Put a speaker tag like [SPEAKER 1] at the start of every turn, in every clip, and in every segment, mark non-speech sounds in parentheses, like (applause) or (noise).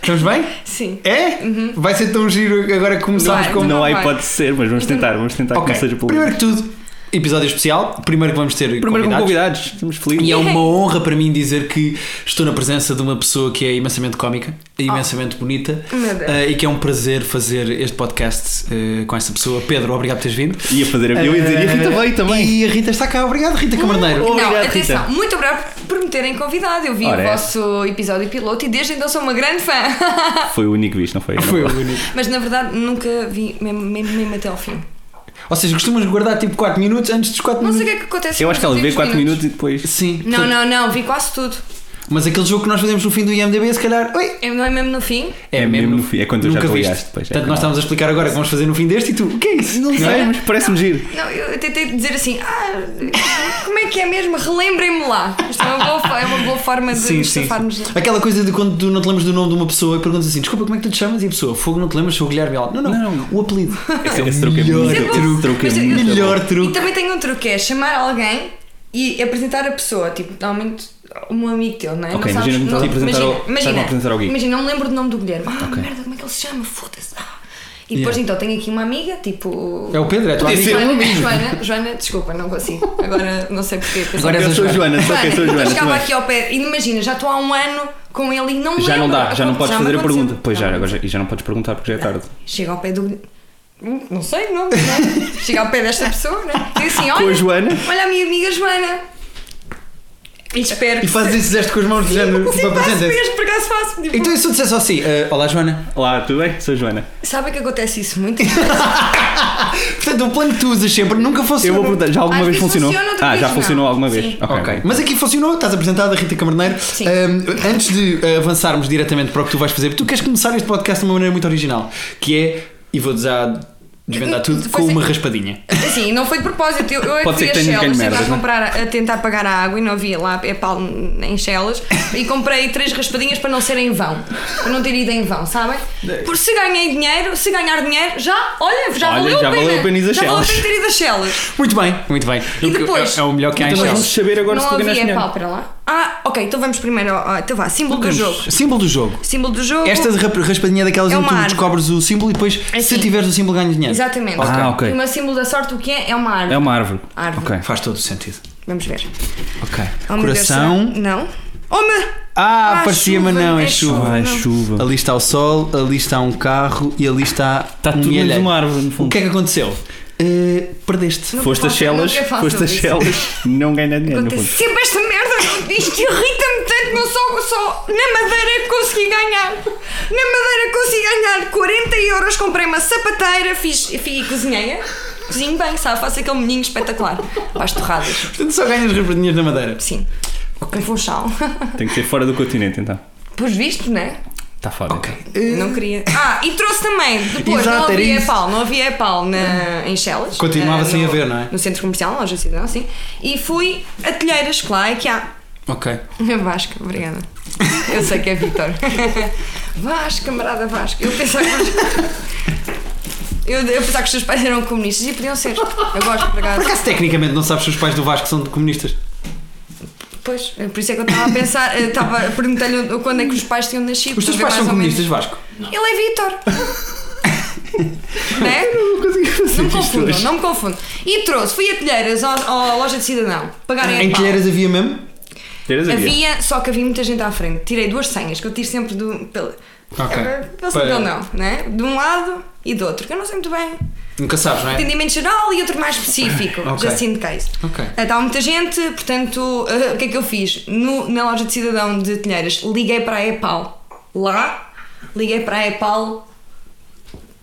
[SPEAKER 1] Estamos bem?
[SPEAKER 2] Sim.
[SPEAKER 1] É? Vai ser tão giro agora que começamos
[SPEAKER 2] Uhum. Vai.
[SPEAKER 1] com.
[SPEAKER 2] Não
[SPEAKER 3] Não Então, há
[SPEAKER 2] vai.
[SPEAKER 3] hipótese de ser, mas vamos tentar, vamos tentar
[SPEAKER 1] Ok,
[SPEAKER 3] que não seja pelo
[SPEAKER 1] primeiro que tudo, episódio especial. Primeiro que vamos ter
[SPEAKER 3] Primeiro com
[SPEAKER 1] convidados.
[SPEAKER 3] convidados, estamos felizes.
[SPEAKER 1] E é uma honra para mim dizer que estou na presença de uma pessoa que é imensamente cómica, é imensamente bonita
[SPEAKER 2] Oh. Meu Deus.
[SPEAKER 1] eh, e que é um prazer fazer este podcast eh, com esta pessoa. Pedro, obrigado por teres vindo.
[SPEAKER 3] Ia fazer a eu ia dizer, e a Rita
[SPEAKER 1] Eh,
[SPEAKER 3] veio também.
[SPEAKER 1] E a Rita está cá, obrigado, Rita Camarneiro.
[SPEAKER 3] Obrigado,
[SPEAKER 2] não,
[SPEAKER 3] Rita.
[SPEAKER 2] atenção, muito obrigado por me terem convidado. Eu vi
[SPEAKER 3] Ora,
[SPEAKER 2] o
[SPEAKER 3] é.
[SPEAKER 2] vosso episódio piloto e desde então sou uma grande fã. (laughs)
[SPEAKER 3] Foi o único visto, não
[SPEAKER 2] Uh.
[SPEAKER 3] foi?
[SPEAKER 1] (laughs) Foi
[SPEAKER 3] Não.
[SPEAKER 1] bonito.
[SPEAKER 2] Mas na verdade nunca vi mesmo, mesmo- mesmo até ao fim.
[SPEAKER 1] Ou seja, costumas guardar tipo 4 minutos antes dos 4
[SPEAKER 2] Não
[SPEAKER 1] minutos.
[SPEAKER 2] sei o que é que acontece.
[SPEAKER 3] Eu acho que ela
[SPEAKER 2] nos
[SPEAKER 3] vê
[SPEAKER 2] últimos
[SPEAKER 3] 4 minutos e depois.
[SPEAKER 1] Sim,
[SPEAKER 2] Não, não, não, vi quase tudo.
[SPEAKER 1] mas aquele jogo que nós fazemos no fim do IMDB, se calhar. Oi!
[SPEAKER 2] Eu não é mesmo no fim?
[SPEAKER 3] É mesmo no fim, é quando tu já
[SPEAKER 1] nunca
[SPEAKER 3] te
[SPEAKER 1] viste.
[SPEAKER 3] ligaste depois, é
[SPEAKER 1] Portanto, nós
[SPEAKER 3] que não.
[SPEAKER 1] estamos a explicar agora o que vamos fazer no fim deste e tu, o que é isso? Não
[SPEAKER 3] É, mas parece-me giro.
[SPEAKER 2] Não, eu tentei dizer assim, ah, como é que é mesmo? Relembrem-me lá. Isto é uma boa, fo- é uma boa forma de
[SPEAKER 1] Sim,
[SPEAKER 2] nos
[SPEAKER 1] sim.
[SPEAKER 2] safarmos.
[SPEAKER 1] sim. Aquela coisa de quando tu não te lembras do nome de uma pessoa e perguntas assim: desculpa, como é que tu te chamas? E a pessoa, fogo, não te lembras, sou o Guilherme Alves. Não, não,
[SPEAKER 3] Não, não.
[SPEAKER 1] o apelido.
[SPEAKER 3] (laughs) Esse,
[SPEAKER 1] É o
[SPEAKER 3] esse truque é
[SPEAKER 1] melhor
[SPEAKER 3] muito
[SPEAKER 2] Isso é bom.
[SPEAKER 3] esse truque é
[SPEAKER 2] Mas eu-
[SPEAKER 3] muito bom. Então,
[SPEAKER 1] Melhor
[SPEAKER 2] E
[SPEAKER 1] truque.
[SPEAKER 2] também tem um truque, é chamar alguém e apresentar a pessoa, tipo, normalmente um amigo teu, não é?
[SPEAKER 3] Ok,
[SPEAKER 2] não
[SPEAKER 3] imagina que me estás a apresentar
[SPEAKER 2] imagina,
[SPEAKER 3] ao- estás-me
[SPEAKER 2] imagina,
[SPEAKER 3] a apresentar ao Gui.
[SPEAKER 2] imagina, não me lembro do nome do Guilherme. Ah, merda, como é que ele se chama? Foda-se. Ah. E depois então tenho aqui uma amiga, tipo.
[SPEAKER 1] É o Pedro, é a tua
[SPEAKER 3] Podia
[SPEAKER 1] amiga.
[SPEAKER 3] ser.
[SPEAKER 2] Joana, Joana, Joana, desculpa, não consigo. Agora não sei porquê. pensei
[SPEAKER 1] Agora és
[SPEAKER 2] que-
[SPEAKER 3] Eu
[SPEAKER 1] a
[SPEAKER 3] sou a
[SPEAKER 1] Joana.
[SPEAKER 3] Joana, só que eu sou a
[SPEAKER 2] Joana,
[SPEAKER 3] Joana.
[SPEAKER 2] eu chegava
[SPEAKER 3] também.
[SPEAKER 2] aqui ao pé, e imagina, já estou há um ano com ele e não me
[SPEAKER 3] Já não
[SPEAKER 2] lembro.
[SPEAKER 3] dá, um já não podes
[SPEAKER 2] me
[SPEAKER 3] fazer a
[SPEAKER 2] aconteceu.
[SPEAKER 3] pergunta. Pois já,
[SPEAKER 2] me
[SPEAKER 3] agora já- e já não podes perguntar porque já é tarde.
[SPEAKER 2] Chega ao pé do. Hum, Não sei o nome, não é?
[SPEAKER 3] (laughs)
[SPEAKER 2] Chega ao pé desta pessoa, né? Diz assim: olha,
[SPEAKER 3] a Joana?
[SPEAKER 2] olha a minha amiga Joana. E espero que.
[SPEAKER 1] E fazes esse gesto com as mãos de género
[SPEAKER 2] Sim,
[SPEAKER 1] tipo,
[SPEAKER 2] faço
[SPEAKER 1] apresenta-se.
[SPEAKER 2] mesmo, por acaso faço. Tipo,
[SPEAKER 1] Então, e se tu dissesse assim: eh, Olá, Joana.
[SPEAKER 3] Olá, tudo bem? Sou a Joana.
[SPEAKER 2] Sabem que acontece isso muito?
[SPEAKER 1] Portanto, o plano que tu usas sempre nunca fosse.
[SPEAKER 3] Eu vou perguntar, já alguma
[SPEAKER 2] Às
[SPEAKER 3] vez
[SPEAKER 2] vezes
[SPEAKER 3] funcionou?
[SPEAKER 2] funciona, outra
[SPEAKER 3] ah,
[SPEAKER 2] vez
[SPEAKER 3] já
[SPEAKER 2] não.
[SPEAKER 3] funcionou alguma vez.
[SPEAKER 2] Sim.
[SPEAKER 3] Ok.
[SPEAKER 1] Ok, mas aqui funcionou, estás apresentada, Rita Camarneiro.
[SPEAKER 2] Sim.
[SPEAKER 1] Ahm, antes de ah, avançarmos diretamente para o que tu vais fazer, porque tu queres começar este podcast de uma maneira muito original, que é, e vou já desvendar tudo,
[SPEAKER 2] Foi
[SPEAKER 1] com uma
[SPEAKER 2] assim.
[SPEAKER 1] raspadinha.
[SPEAKER 2] Assim, não foi de propósito. Eu, eu é
[SPEAKER 3] Pode
[SPEAKER 2] que
[SPEAKER 3] ser
[SPEAKER 2] vi
[SPEAKER 3] que
[SPEAKER 2] as
[SPEAKER 3] tenha ninguém
[SPEAKER 2] chelas,
[SPEAKER 3] de
[SPEAKER 2] tentar
[SPEAKER 3] merdas, não é?
[SPEAKER 2] comprar, a tentar pagar a água e não havia lá, é pau em chelas. E comprei três raspadinhas para não ser em vão. Para não ter ido em vão, sabem? Por se ganhei dinheiro, se ganhar dinheiro, já, olha, já
[SPEAKER 3] Olha,
[SPEAKER 2] valeu
[SPEAKER 3] já
[SPEAKER 2] a pena.
[SPEAKER 3] valeu a pena ir às
[SPEAKER 2] já valeu a
[SPEAKER 3] chelas.
[SPEAKER 2] pena ter ido às chelas.
[SPEAKER 1] Muito bem, muito bem.
[SPEAKER 2] E depois?
[SPEAKER 1] É,
[SPEAKER 2] um
[SPEAKER 1] é o melhor que há em
[SPEAKER 3] Então nós
[SPEAKER 1] Shell.
[SPEAKER 3] vamos saber agora
[SPEAKER 2] não
[SPEAKER 3] se tu ganhaste
[SPEAKER 2] havia
[SPEAKER 3] dinheiro.
[SPEAKER 2] pau para lá. Ah, ok, então vamos primeiro. ao- ao- Então vá, símbolo do jogo.
[SPEAKER 1] Símbolo do jogo.
[SPEAKER 2] Símbolo do jogo.
[SPEAKER 1] Esta rap- raspadinha é daquelas
[SPEAKER 2] É
[SPEAKER 1] em que
[SPEAKER 2] uma
[SPEAKER 1] tu
[SPEAKER 2] árvore.
[SPEAKER 1] descobres o símbolo e depois, se
[SPEAKER 2] Assim.
[SPEAKER 1] tiveres o símbolo, ganhas dinheiro.
[SPEAKER 2] Exatamente.
[SPEAKER 3] Ah, ok.
[SPEAKER 2] E o meu símbolo da sorte, o que é? É uma árvore.
[SPEAKER 3] É uma árvore.
[SPEAKER 2] Árvore.
[SPEAKER 3] Ok.
[SPEAKER 1] Faz todo o sentido.
[SPEAKER 2] Vamos ver.
[SPEAKER 1] Ok.
[SPEAKER 2] Oh, meu Deus,
[SPEAKER 1] Coração.
[SPEAKER 2] será- não. Oh, meu...
[SPEAKER 1] Ah,
[SPEAKER 2] Ah,
[SPEAKER 1] parecia-me
[SPEAKER 2] chuva,
[SPEAKER 1] não, é
[SPEAKER 2] é
[SPEAKER 1] chuva.
[SPEAKER 3] Ah, é
[SPEAKER 2] Não.
[SPEAKER 3] chuva.
[SPEAKER 1] Ali está o sol, ali está um carro e ali está.
[SPEAKER 3] Está
[SPEAKER 1] um
[SPEAKER 3] tudo menos
[SPEAKER 1] alheio.
[SPEAKER 3] uma árvore, no fundo.
[SPEAKER 1] O que é que aconteceu? Uh, perdeste.
[SPEAKER 2] Não.
[SPEAKER 3] Foste
[SPEAKER 2] Nunca
[SPEAKER 3] as chelas,
[SPEAKER 2] faço- nunca faço
[SPEAKER 3] foste as
[SPEAKER 2] isso.
[SPEAKER 3] chelas, não ganha dinheiro. no
[SPEAKER 2] Acontece
[SPEAKER 3] fundo.
[SPEAKER 2] sempre esta merda. Isto irrita-me tanto. Não só, só na Madeira é que consegui ganhar. Na Madeira consegui ganhar 40 euros. Comprei uma sapateira fiz, fiz, cozinhei. Cozinho bem, sabe? Faço aquele menino espetacular. Para as torradas.
[SPEAKER 1] Portanto, só ganhas raspadinhas na madeira.
[SPEAKER 2] Sim. Okay. Um funchal. (laughs)
[SPEAKER 3] Tem que ser fora do continente então.
[SPEAKER 2] Pois visto, né?
[SPEAKER 3] Está Tá fora. Ok.
[SPEAKER 2] Não queria. Ah, e trouxe também. Depois
[SPEAKER 1] Eh, Exato,
[SPEAKER 2] não
[SPEAKER 1] era
[SPEAKER 2] havia
[SPEAKER 1] isso.
[SPEAKER 2] pau, não havia pau na, em Chelas.
[SPEAKER 1] Continuava
[SPEAKER 2] eh,
[SPEAKER 1] sem
[SPEAKER 2] no-
[SPEAKER 1] haver, não é?
[SPEAKER 2] No centro comercial, na loja de cidadão, sim. E fui a telheiras, que lá é que há. (laughs)
[SPEAKER 1] Ok.
[SPEAKER 2] Vasco, obrigada. Eu sei que é Vitor. (laughs) Vasco, camarada Vasco. Eu pensava que. Eu, eu pensava que os teus pais eram comunistas e podiam ser. Eu gosto,
[SPEAKER 1] Por
[SPEAKER 2] obrigada.
[SPEAKER 1] acaso, tecnicamente, não sabes se os pais do Vasco são de comunistas?
[SPEAKER 2] Pois, por isso é que eu estava a pensar, eu estava a perguntar-lhe quando é que os pais tinham nascido.
[SPEAKER 1] Os teus
[SPEAKER 2] para
[SPEAKER 1] pais
[SPEAKER 2] ver
[SPEAKER 1] são
[SPEAKER 2] mais ou menos.
[SPEAKER 1] comunistas, Vasco?
[SPEAKER 2] Ele é Vitor. né? Não me confundam, não me confundam. E trouxe, fui a Telheiras, ao- à loja de cidadão, pagarem a
[SPEAKER 1] Ah, Em
[SPEAKER 2] pau.
[SPEAKER 1] Telheiras havia mesmo?
[SPEAKER 3] Teres a via.
[SPEAKER 2] Havia, só que havia muita gente à frente. Tirei duas senhas que eu tiro sempre do. Pelo,
[SPEAKER 1] Ok.
[SPEAKER 2] é, pelo sim, pelo não, né? De um lado e do outro, que eu não sei muito bem.
[SPEAKER 1] Nunca sabes, não é?
[SPEAKER 2] Atendimento geral e outro mais específico,
[SPEAKER 1] Ok.
[SPEAKER 2] Jacinto Case.
[SPEAKER 1] Ok.
[SPEAKER 2] Ah, Estava muita gente, portanto, ah, o que é que eu fiz? No- na loja de cidadão de Telheiras, liguei para a EPAL. Lá, liguei para a EPAL.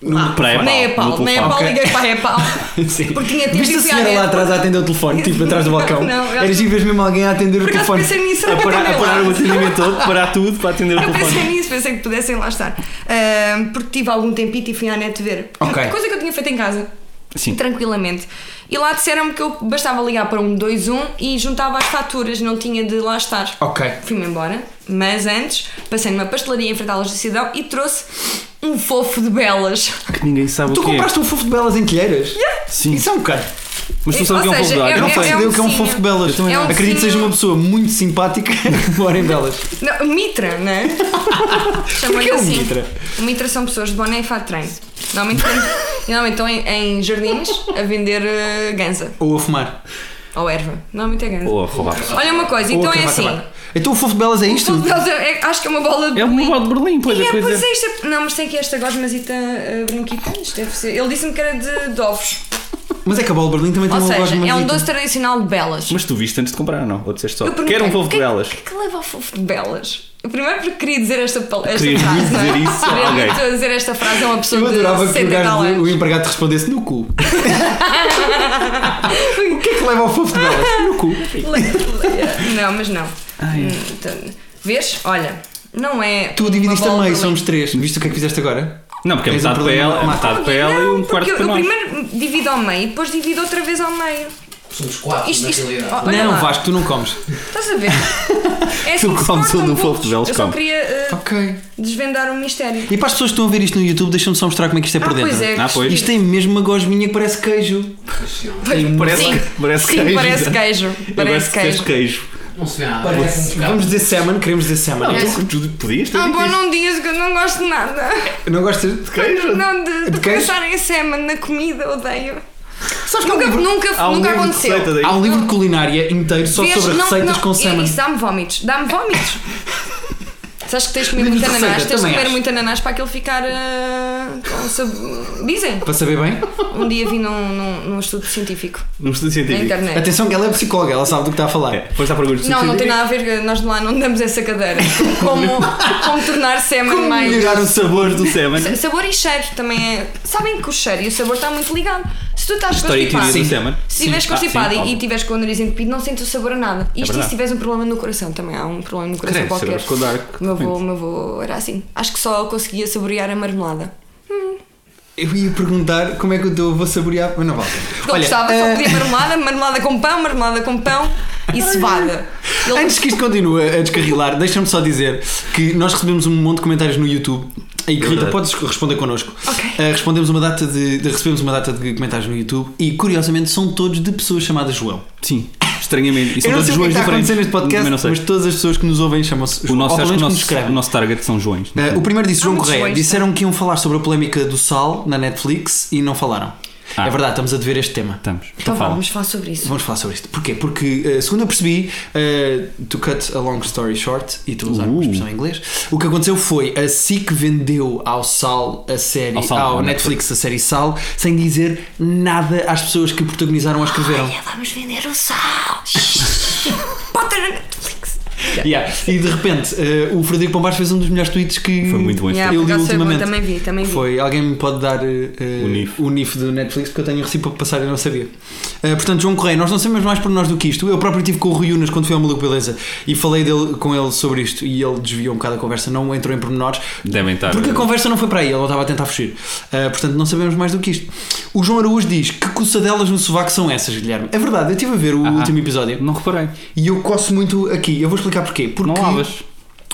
[SPEAKER 2] Lá,
[SPEAKER 1] É
[SPEAKER 3] para a
[SPEAKER 2] na
[SPEAKER 3] EPAL,
[SPEAKER 2] EPAL,
[SPEAKER 3] no
[SPEAKER 2] na
[SPEAKER 3] telefone.
[SPEAKER 2] EPAL
[SPEAKER 1] Ok.
[SPEAKER 2] liguei para
[SPEAKER 1] (laughs)
[SPEAKER 2] a EPAL. Ah. é Porque tinha tempo
[SPEAKER 1] Viste
[SPEAKER 2] e
[SPEAKER 1] a
[SPEAKER 2] fui à
[SPEAKER 1] senhora lá
[SPEAKER 2] net.
[SPEAKER 1] atrás a atender o telefone, tipo atrás do balcão?
[SPEAKER 2] Não, eu-
[SPEAKER 1] Eras e vês mesmo alguém a atender o
[SPEAKER 2] Por acaso
[SPEAKER 1] telefone.
[SPEAKER 2] pensei nisso,
[SPEAKER 3] A
[SPEAKER 2] era para
[SPEAKER 3] parar,
[SPEAKER 2] atender
[SPEAKER 3] a
[SPEAKER 2] lá.
[SPEAKER 3] parar
[SPEAKER 2] (laughs)
[SPEAKER 3] o atendimento todo, parar tudo para atender o
[SPEAKER 2] Eu pensei
[SPEAKER 3] telefone.
[SPEAKER 2] nisso, pensei que pudessem lá estar. Ahm, porque tive algum tempito e fui à net ver.
[SPEAKER 1] Ok.
[SPEAKER 2] Coisa que eu tinha feito em casa.
[SPEAKER 3] Sim.
[SPEAKER 2] Tranquilamente. E lá disseram-me que eu bastava ligar para um 21 e juntava as faturas, não tinha de lá estar.
[SPEAKER 1] Ok.
[SPEAKER 2] Fui-me embora, mas antes passei numa pastelaria em frente à loja de cidadão e trouxe um fofo de belas.
[SPEAKER 3] Que ninguém sabe
[SPEAKER 1] Tu
[SPEAKER 3] o que é.
[SPEAKER 1] compraste um fofo de belas em telheiras?
[SPEAKER 3] Sim.
[SPEAKER 1] Isso é um bocado.
[SPEAKER 3] Mas tu
[SPEAKER 2] Ou
[SPEAKER 3] sabes o que é um
[SPEAKER 2] seja,
[SPEAKER 3] fofo de
[SPEAKER 2] é-
[SPEAKER 1] Eu
[SPEAKER 3] Águia?
[SPEAKER 1] não faço
[SPEAKER 2] é
[SPEAKER 1] ideia
[SPEAKER 2] um
[SPEAKER 1] o que é um
[SPEAKER 2] focinho.
[SPEAKER 1] fofo de belas.
[SPEAKER 2] Eu também não. É um
[SPEAKER 1] Acredito que seja
[SPEAKER 2] focinho.
[SPEAKER 1] uma pessoa muito simpática que mora em belas.
[SPEAKER 2] Não, Mitra, não é? Chamam-lhe
[SPEAKER 1] Porquê o
[SPEAKER 2] assim.
[SPEAKER 1] Mitra? O
[SPEAKER 2] O Mitra são pessoas de boné e fato de treino. Normalmente, normalmente estão em, em jardins a vender eh, ganza
[SPEAKER 1] Ou a fumar.
[SPEAKER 2] ou erva. Normalmente é ganza.
[SPEAKER 3] Ou a roubar.
[SPEAKER 2] Olha uma coisa,
[SPEAKER 1] Ou a
[SPEAKER 2] então é
[SPEAKER 1] cravar
[SPEAKER 2] assim.
[SPEAKER 1] tabaco. Então o fofo de belas é isto?
[SPEAKER 2] Tudo delas é- é- acho que é uma bola de.
[SPEAKER 3] É um nível de Berlim, pois
[SPEAKER 2] é,
[SPEAKER 3] a coisa.
[SPEAKER 2] pois é, isto é- Não, mas tem aqui esta gosmasita eh, branquita. Isto deve ser. Ele disse-me que era de, de ovos.
[SPEAKER 1] Mas é que a bola de Berlim também tem
[SPEAKER 2] Ou
[SPEAKER 1] uma
[SPEAKER 2] seja,
[SPEAKER 1] gosma
[SPEAKER 2] é um
[SPEAKER 1] bonita.
[SPEAKER 2] doce tradicional de belas.
[SPEAKER 3] Mas tu viste antes de comprar, não? Ou disseste só,
[SPEAKER 2] Eu
[SPEAKER 3] quero um
[SPEAKER 2] perguntei,
[SPEAKER 3] fofo
[SPEAKER 2] o
[SPEAKER 3] de
[SPEAKER 2] que é-
[SPEAKER 3] belas.
[SPEAKER 2] O que é que leva ao fofo de belas? Eu primeiro porque queria dizer esta, pal- esta
[SPEAKER 3] Querias
[SPEAKER 2] frase.
[SPEAKER 3] muito
[SPEAKER 2] não é?
[SPEAKER 3] dizer isso a
[SPEAKER 2] Queria
[SPEAKER 3] alguém.
[SPEAKER 2] muito dizer esta frase a uma pessoa
[SPEAKER 1] Eu adorava
[SPEAKER 2] de
[SPEAKER 1] que o
[SPEAKER 2] 70
[SPEAKER 1] gajo, de- o
[SPEAKER 2] anos.
[SPEAKER 1] empregado te respondesse no cu. (laughs) o que é que leva ao fofo de belas? No cu.
[SPEAKER 2] Não, mas não. Hum, então, vês? Olha, não é.
[SPEAKER 1] Tu
[SPEAKER 2] uma
[SPEAKER 1] a dividiste a
[SPEAKER 2] bola
[SPEAKER 1] meio,
[SPEAKER 2] de
[SPEAKER 1] somos três. Viste o que é que fizeste agora?
[SPEAKER 3] Não, porque é
[SPEAKER 1] Tens um
[SPEAKER 3] metade para
[SPEAKER 1] problema
[SPEAKER 3] ela, é
[SPEAKER 1] com a
[SPEAKER 3] metade para ela e
[SPEAKER 2] Não,
[SPEAKER 3] um
[SPEAKER 2] porque
[SPEAKER 3] quarto
[SPEAKER 2] eu,
[SPEAKER 3] para
[SPEAKER 2] eu
[SPEAKER 3] nós.
[SPEAKER 2] primeiro divido ao meio e depois divido outra vez ao meio.
[SPEAKER 4] Somos quatro,
[SPEAKER 2] Isto-
[SPEAKER 4] na
[SPEAKER 2] isto-
[SPEAKER 4] realidade.
[SPEAKER 2] oh, Olha
[SPEAKER 1] não,
[SPEAKER 2] lá.
[SPEAKER 1] Vasco, tu não comes.
[SPEAKER 2] Estás a
[SPEAKER 3] (laughs)
[SPEAKER 2] ver? É assim
[SPEAKER 3] Tu
[SPEAKER 2] que se
[SPEAKER 3] comes
[SPEAKER 2] cortam
[SPEAKER 3] um do
[SPEAKER 2] bolos.
[SPEAKER 3] fofo de Belos,
[SPEAKER 2] Eu só
[SPEAKER 3] come.
[SPEAKER 2] queria eh,
[SPEAKER 1] Ok.
[SPEAKER 2] desvendar um mistério.
[SPEAKER 1] E para as pessoas que estão a ver isto no YouTube, deixa-me só mostrar como é que isto é por
[SPEAKER 2] Ah,
[SPEAKER 1] dentro.
[SPEAKER 2] pois é.
[SPEAKER 3] Ah, pois.
[SPEAKER 1] Isto tem mesmo uma gosminha que parece queijo.
[SPEAKER 2] Pois-
[SPEAKER 3] Parece-
[SPEAKER 2] sim,
[SPEAKER 3] parece
[SPEAKER 2] sim,
[SPEAKER 3] queijo.
[SPEAKER 2] parece queijo. Parece queijo.
[SPEAKER 4] Não se vê
[SPEAKER 1] Ah,
[SPEAKER 4] nada.
[SPEAKER 1] Parece- Vamos dizer salmon, queremos dizer salmon.
[SPEAKER 3] Ah,
[SPEAKER 1] Eu
[SPEAKER 3] tu, tu podias ter
[SPEAKER 2] Ah,
[SPEAKER 3] dito
[SPEAKER 2] bom,
[SPEAKER 3] isso.
[SPEAKER 2] não digas que eu não gosto de nada.
[SPEAKER 1] Não gostas de queijo?
[SPEAKER 2] Não, de,
[SPEAKER 1] De
[SPEAKER 2] de
[SPEAKER 1] queijo?
[SPEAKER 2] pensar em semen na comida, odeio.
[SPEAKER 1] Sabes que há um
[SPEAKER 2] Nunca,
[SPEAKER 1] livro-
[SPEAKER 2] nunca,
[SPEAKER 3] Há um
[SPEAKER 2] nunca
[SPEAKER 3] livro de
[SPEAKER 2] aconteceu.
[SPEAKER 3] receita daí.
[SPEAKER 1] Há um livro de culinária inteiro só
[SPEAKER 2] Vês?
[SPEAKER 1] sobre
[SPEAKER 2] Não,
[SPEAKER 1] receitas
[SPEAKER 2] não, É
[SPEAKER 1] com salmon.
[SPEAKER 2] Isso dá-me vómitos.
[SPEAKER 1] (laughs)
[SPEAKER 2] Dá-me vómitos. Sabes que tens de comer
[SPEAKER 1] Livro de
[SPEAKER 2] muito ananás,
[SPEAKER 1] receita,
[SPEAKER 2] tens de
[SPEAKER 1] também
[SPEAKER 2] comer
[SPEAKER 1] acho.
[SPEAKER 2] muito ananás para aquele ficar ah, com sabor. Dizem.
[SPEAKER 1] Para saber bem?
[SPEAKER 2] Um dia vi num, num, num estudo científico
[SPEAKER 3] Num estudo
[SPEAKER 2] na
[SPEAKER 3] científico.
[SPEAKER 2] internet.
[SPEAKER 1] Atenção que ela é psicóloga, ela sabe do que está a falar.
[SPEAKER 3] É, depois à procura de
[SPEAKER 2] Não, não tem nada a ver, eh, nós lá não damos
[SPEAKER 1] (laughs)
[SPEAKER 2] essa cadeira. Como, como tornar semen
[SPEAKER 1] Como
[SPEAKER 2] mais.
[SPEAKER 1] melhorar o sabor?
[SPEAKER 3] Sabores do
[SPEAKER 2] (laughs)
[SPEAKER 3] Semen.
[SPEAKER 2] Sa- Sabor e cheiro também é. Sabem que o cheiro e o sabor está muito ligado. Se tu estás
[SPEAKER 3] História e
[SPEAKER 2] constipado,
[SPEAKER 3] teoria do Semen.
[SPEAKER 2] se estiveres
[SPEAKER 3] Sim.
[SPEAKER 2] constipado
[SPEAKER 3] Ah, sim,
[SPEAKER 2] e- e
[SPEAKER 3] óbvio. É
[SPEAKER 2] estiveres com o nariz entupido, não sentes o sabor a nada. Isto e
[SPEAKER 3] verdade.
[SPEAKER 2] se tiveres um problema no coração também. Há um problema no coração
[SPEAKER 3] Credo,
[SPEAKER 2] qualquer.
[SPEAKER 3] sabemos com o Dark,
[SPEAKER 2] O meu avô,
[SPEAKER 3] totalmente.
[SPEAKER 2] o meu avô era assim. Acho que só conseguia saborear a marmelada.
[SPEAKER 1] Eu ia perguntar como é que eu teu avô saborear, mas não vale.
[SPEAKER 2] Porque ele gostava,
[SPEAKER 3] eh,
[SPEAKER 2] só podia marmelada, marmelada com pão, marmelada com
[SPEAKER 3] (laughs)
[SPEAKER 2] pão e cevada.
[SPEAKER 3] Então
[SPEAKER 2] Ele-
[SPEAKER 1] Antes que isto continue a descarrilar, deixa-me só dizer que nós recebemos um monte de comentários no YouTube. E que Rita,
[SPEAKER 3] verdade.
[SPEAKER 1] podes responder connosco.
[SPEAKER 2] Ok.
[SPEAKER 1] Eh, respondemos uma data de, de- recebemos uma data de comentários no YouTube e curiosamente são todos de pessoas chamadas João.
[SPEAKER 3] Sim, estranhamente. E
[SPEAKER 1] eu
[SPEAKER 3] são
[SPEAKER 1] não sei
[SPEAKER 3] todos
[SPEAKER 1] o que é que
[SPEAKER 3] joões
[SPEAKER 1] está a
[SPEAKER 3] diferentes.
[SPEAKER 1] acontecer neste podcast,
[SPEAKER 3] Também não sei.
[SPEAKER 1] mas todas as pessoas que nos ouvem chamam-se
[SPEAKER 3] o
[SPEAKER 1] João.
[SPEAKER 3] nosso,
[SPEAKER 1] Ou pelo
[SPEAKER 3] acho que
[SPEAKER 1] menos
[SPEAKER 3] o
[SPEAKER 1] que nos
[SPEAKER 3] nosso, o
[SPEAKER 1] escrevem.
[SPEAKER 3] nosso target são joões.
[SPEAKER 1] Eh, o primeiro disse João
[SPEAKER 2] muitos
[SPEAKER 1] Correia.
[SPEAKER 2] Joões,
[SPEAKER 1] Disseram que iam falar sobre a polémica do sal na Netflix e não falaram.
[SPEAKER 3] Ah. Tá.
[SPEAKER 1] É verdade, estamos a dever este tema.
[SPEAKER 3] Estamos.
[SPEAKER 2] Então vá,
[SPEAKER 3] fala.
[SPEAKER 2] vamos falar sobre isso.
[SPEAKER 1] Vamos falar sobre isto. Porquê? Porque, eh, segundo eu percebi, eh, to cut a long story short, e estou a usar uma
[SPEAKER 3] Uh.
[SPEAKER 1] expressão em inglês, o que aconteceu foi a SIC vendeu ao Sal a série, ao,
[SPEAKER 3] Ao Sal, ao
[SPEAKER 1] Netflix,
[SPEAKER 3] Netflix.
[SPEAKER 1] a série Sal, sem dizer nada às pessoas que protagonizaram ou escreveram.
[SPEAKER 2] Olha, vamos vender o sal. (laughs) Shhh. Bota na Netflix.
[SPEAKER 1] (laughs) Yeah. E de repente, eh, o Frederico Pombás fez um dos melhores tweets que
[SPEAKER 3] Foi muito bom esse
[SPEAKER 2] Yeah,
[SPEAKER 1] eu
[SPEAKER 2] por
[SPEAKER 1] li
[SPEAKER 2] acaso foi bom,
[SPEAKER 1] ultimamente.
[SPEAKER 2] também vi, também vi.
[SPEAKER 1] Foi, alguém me pode dar eh, eh,
[SPEAKER 3] O NIF.
[SPEAKER 1] o NIF do Netflix porque eu tenho o recibo para passar e não sabia. Eh, portanto, João Correia, nós não sabemos mais por nós do que isto. Eu próprio estive com o Rui Unas quando fui ao Maluco Beleza e falei dele, com ele sobre isto e ele desviou um bocado a conversa, não entrou em pormenores.
[SPEAKER 3] Devem estar. eh,
[SPEAKER 1] Porque a conversa não foi para aí, ele não estava a tentar fugir. Eh, portanto, não sabemos mais do que isto. O João Araújo diz: Que coçadelas no sovaco são essas, Guilherme? É verdade, eu estive a ver o
[SPEAKER 3] Ah, ah.
[SPEAKER 1] último episódio
[SPEAKER 3] Não reparei.
[SPEAKER 1] e eu coço muito aqui. Eu vou explicar porquê. Porque
[SPEAKER 3] Não lavas.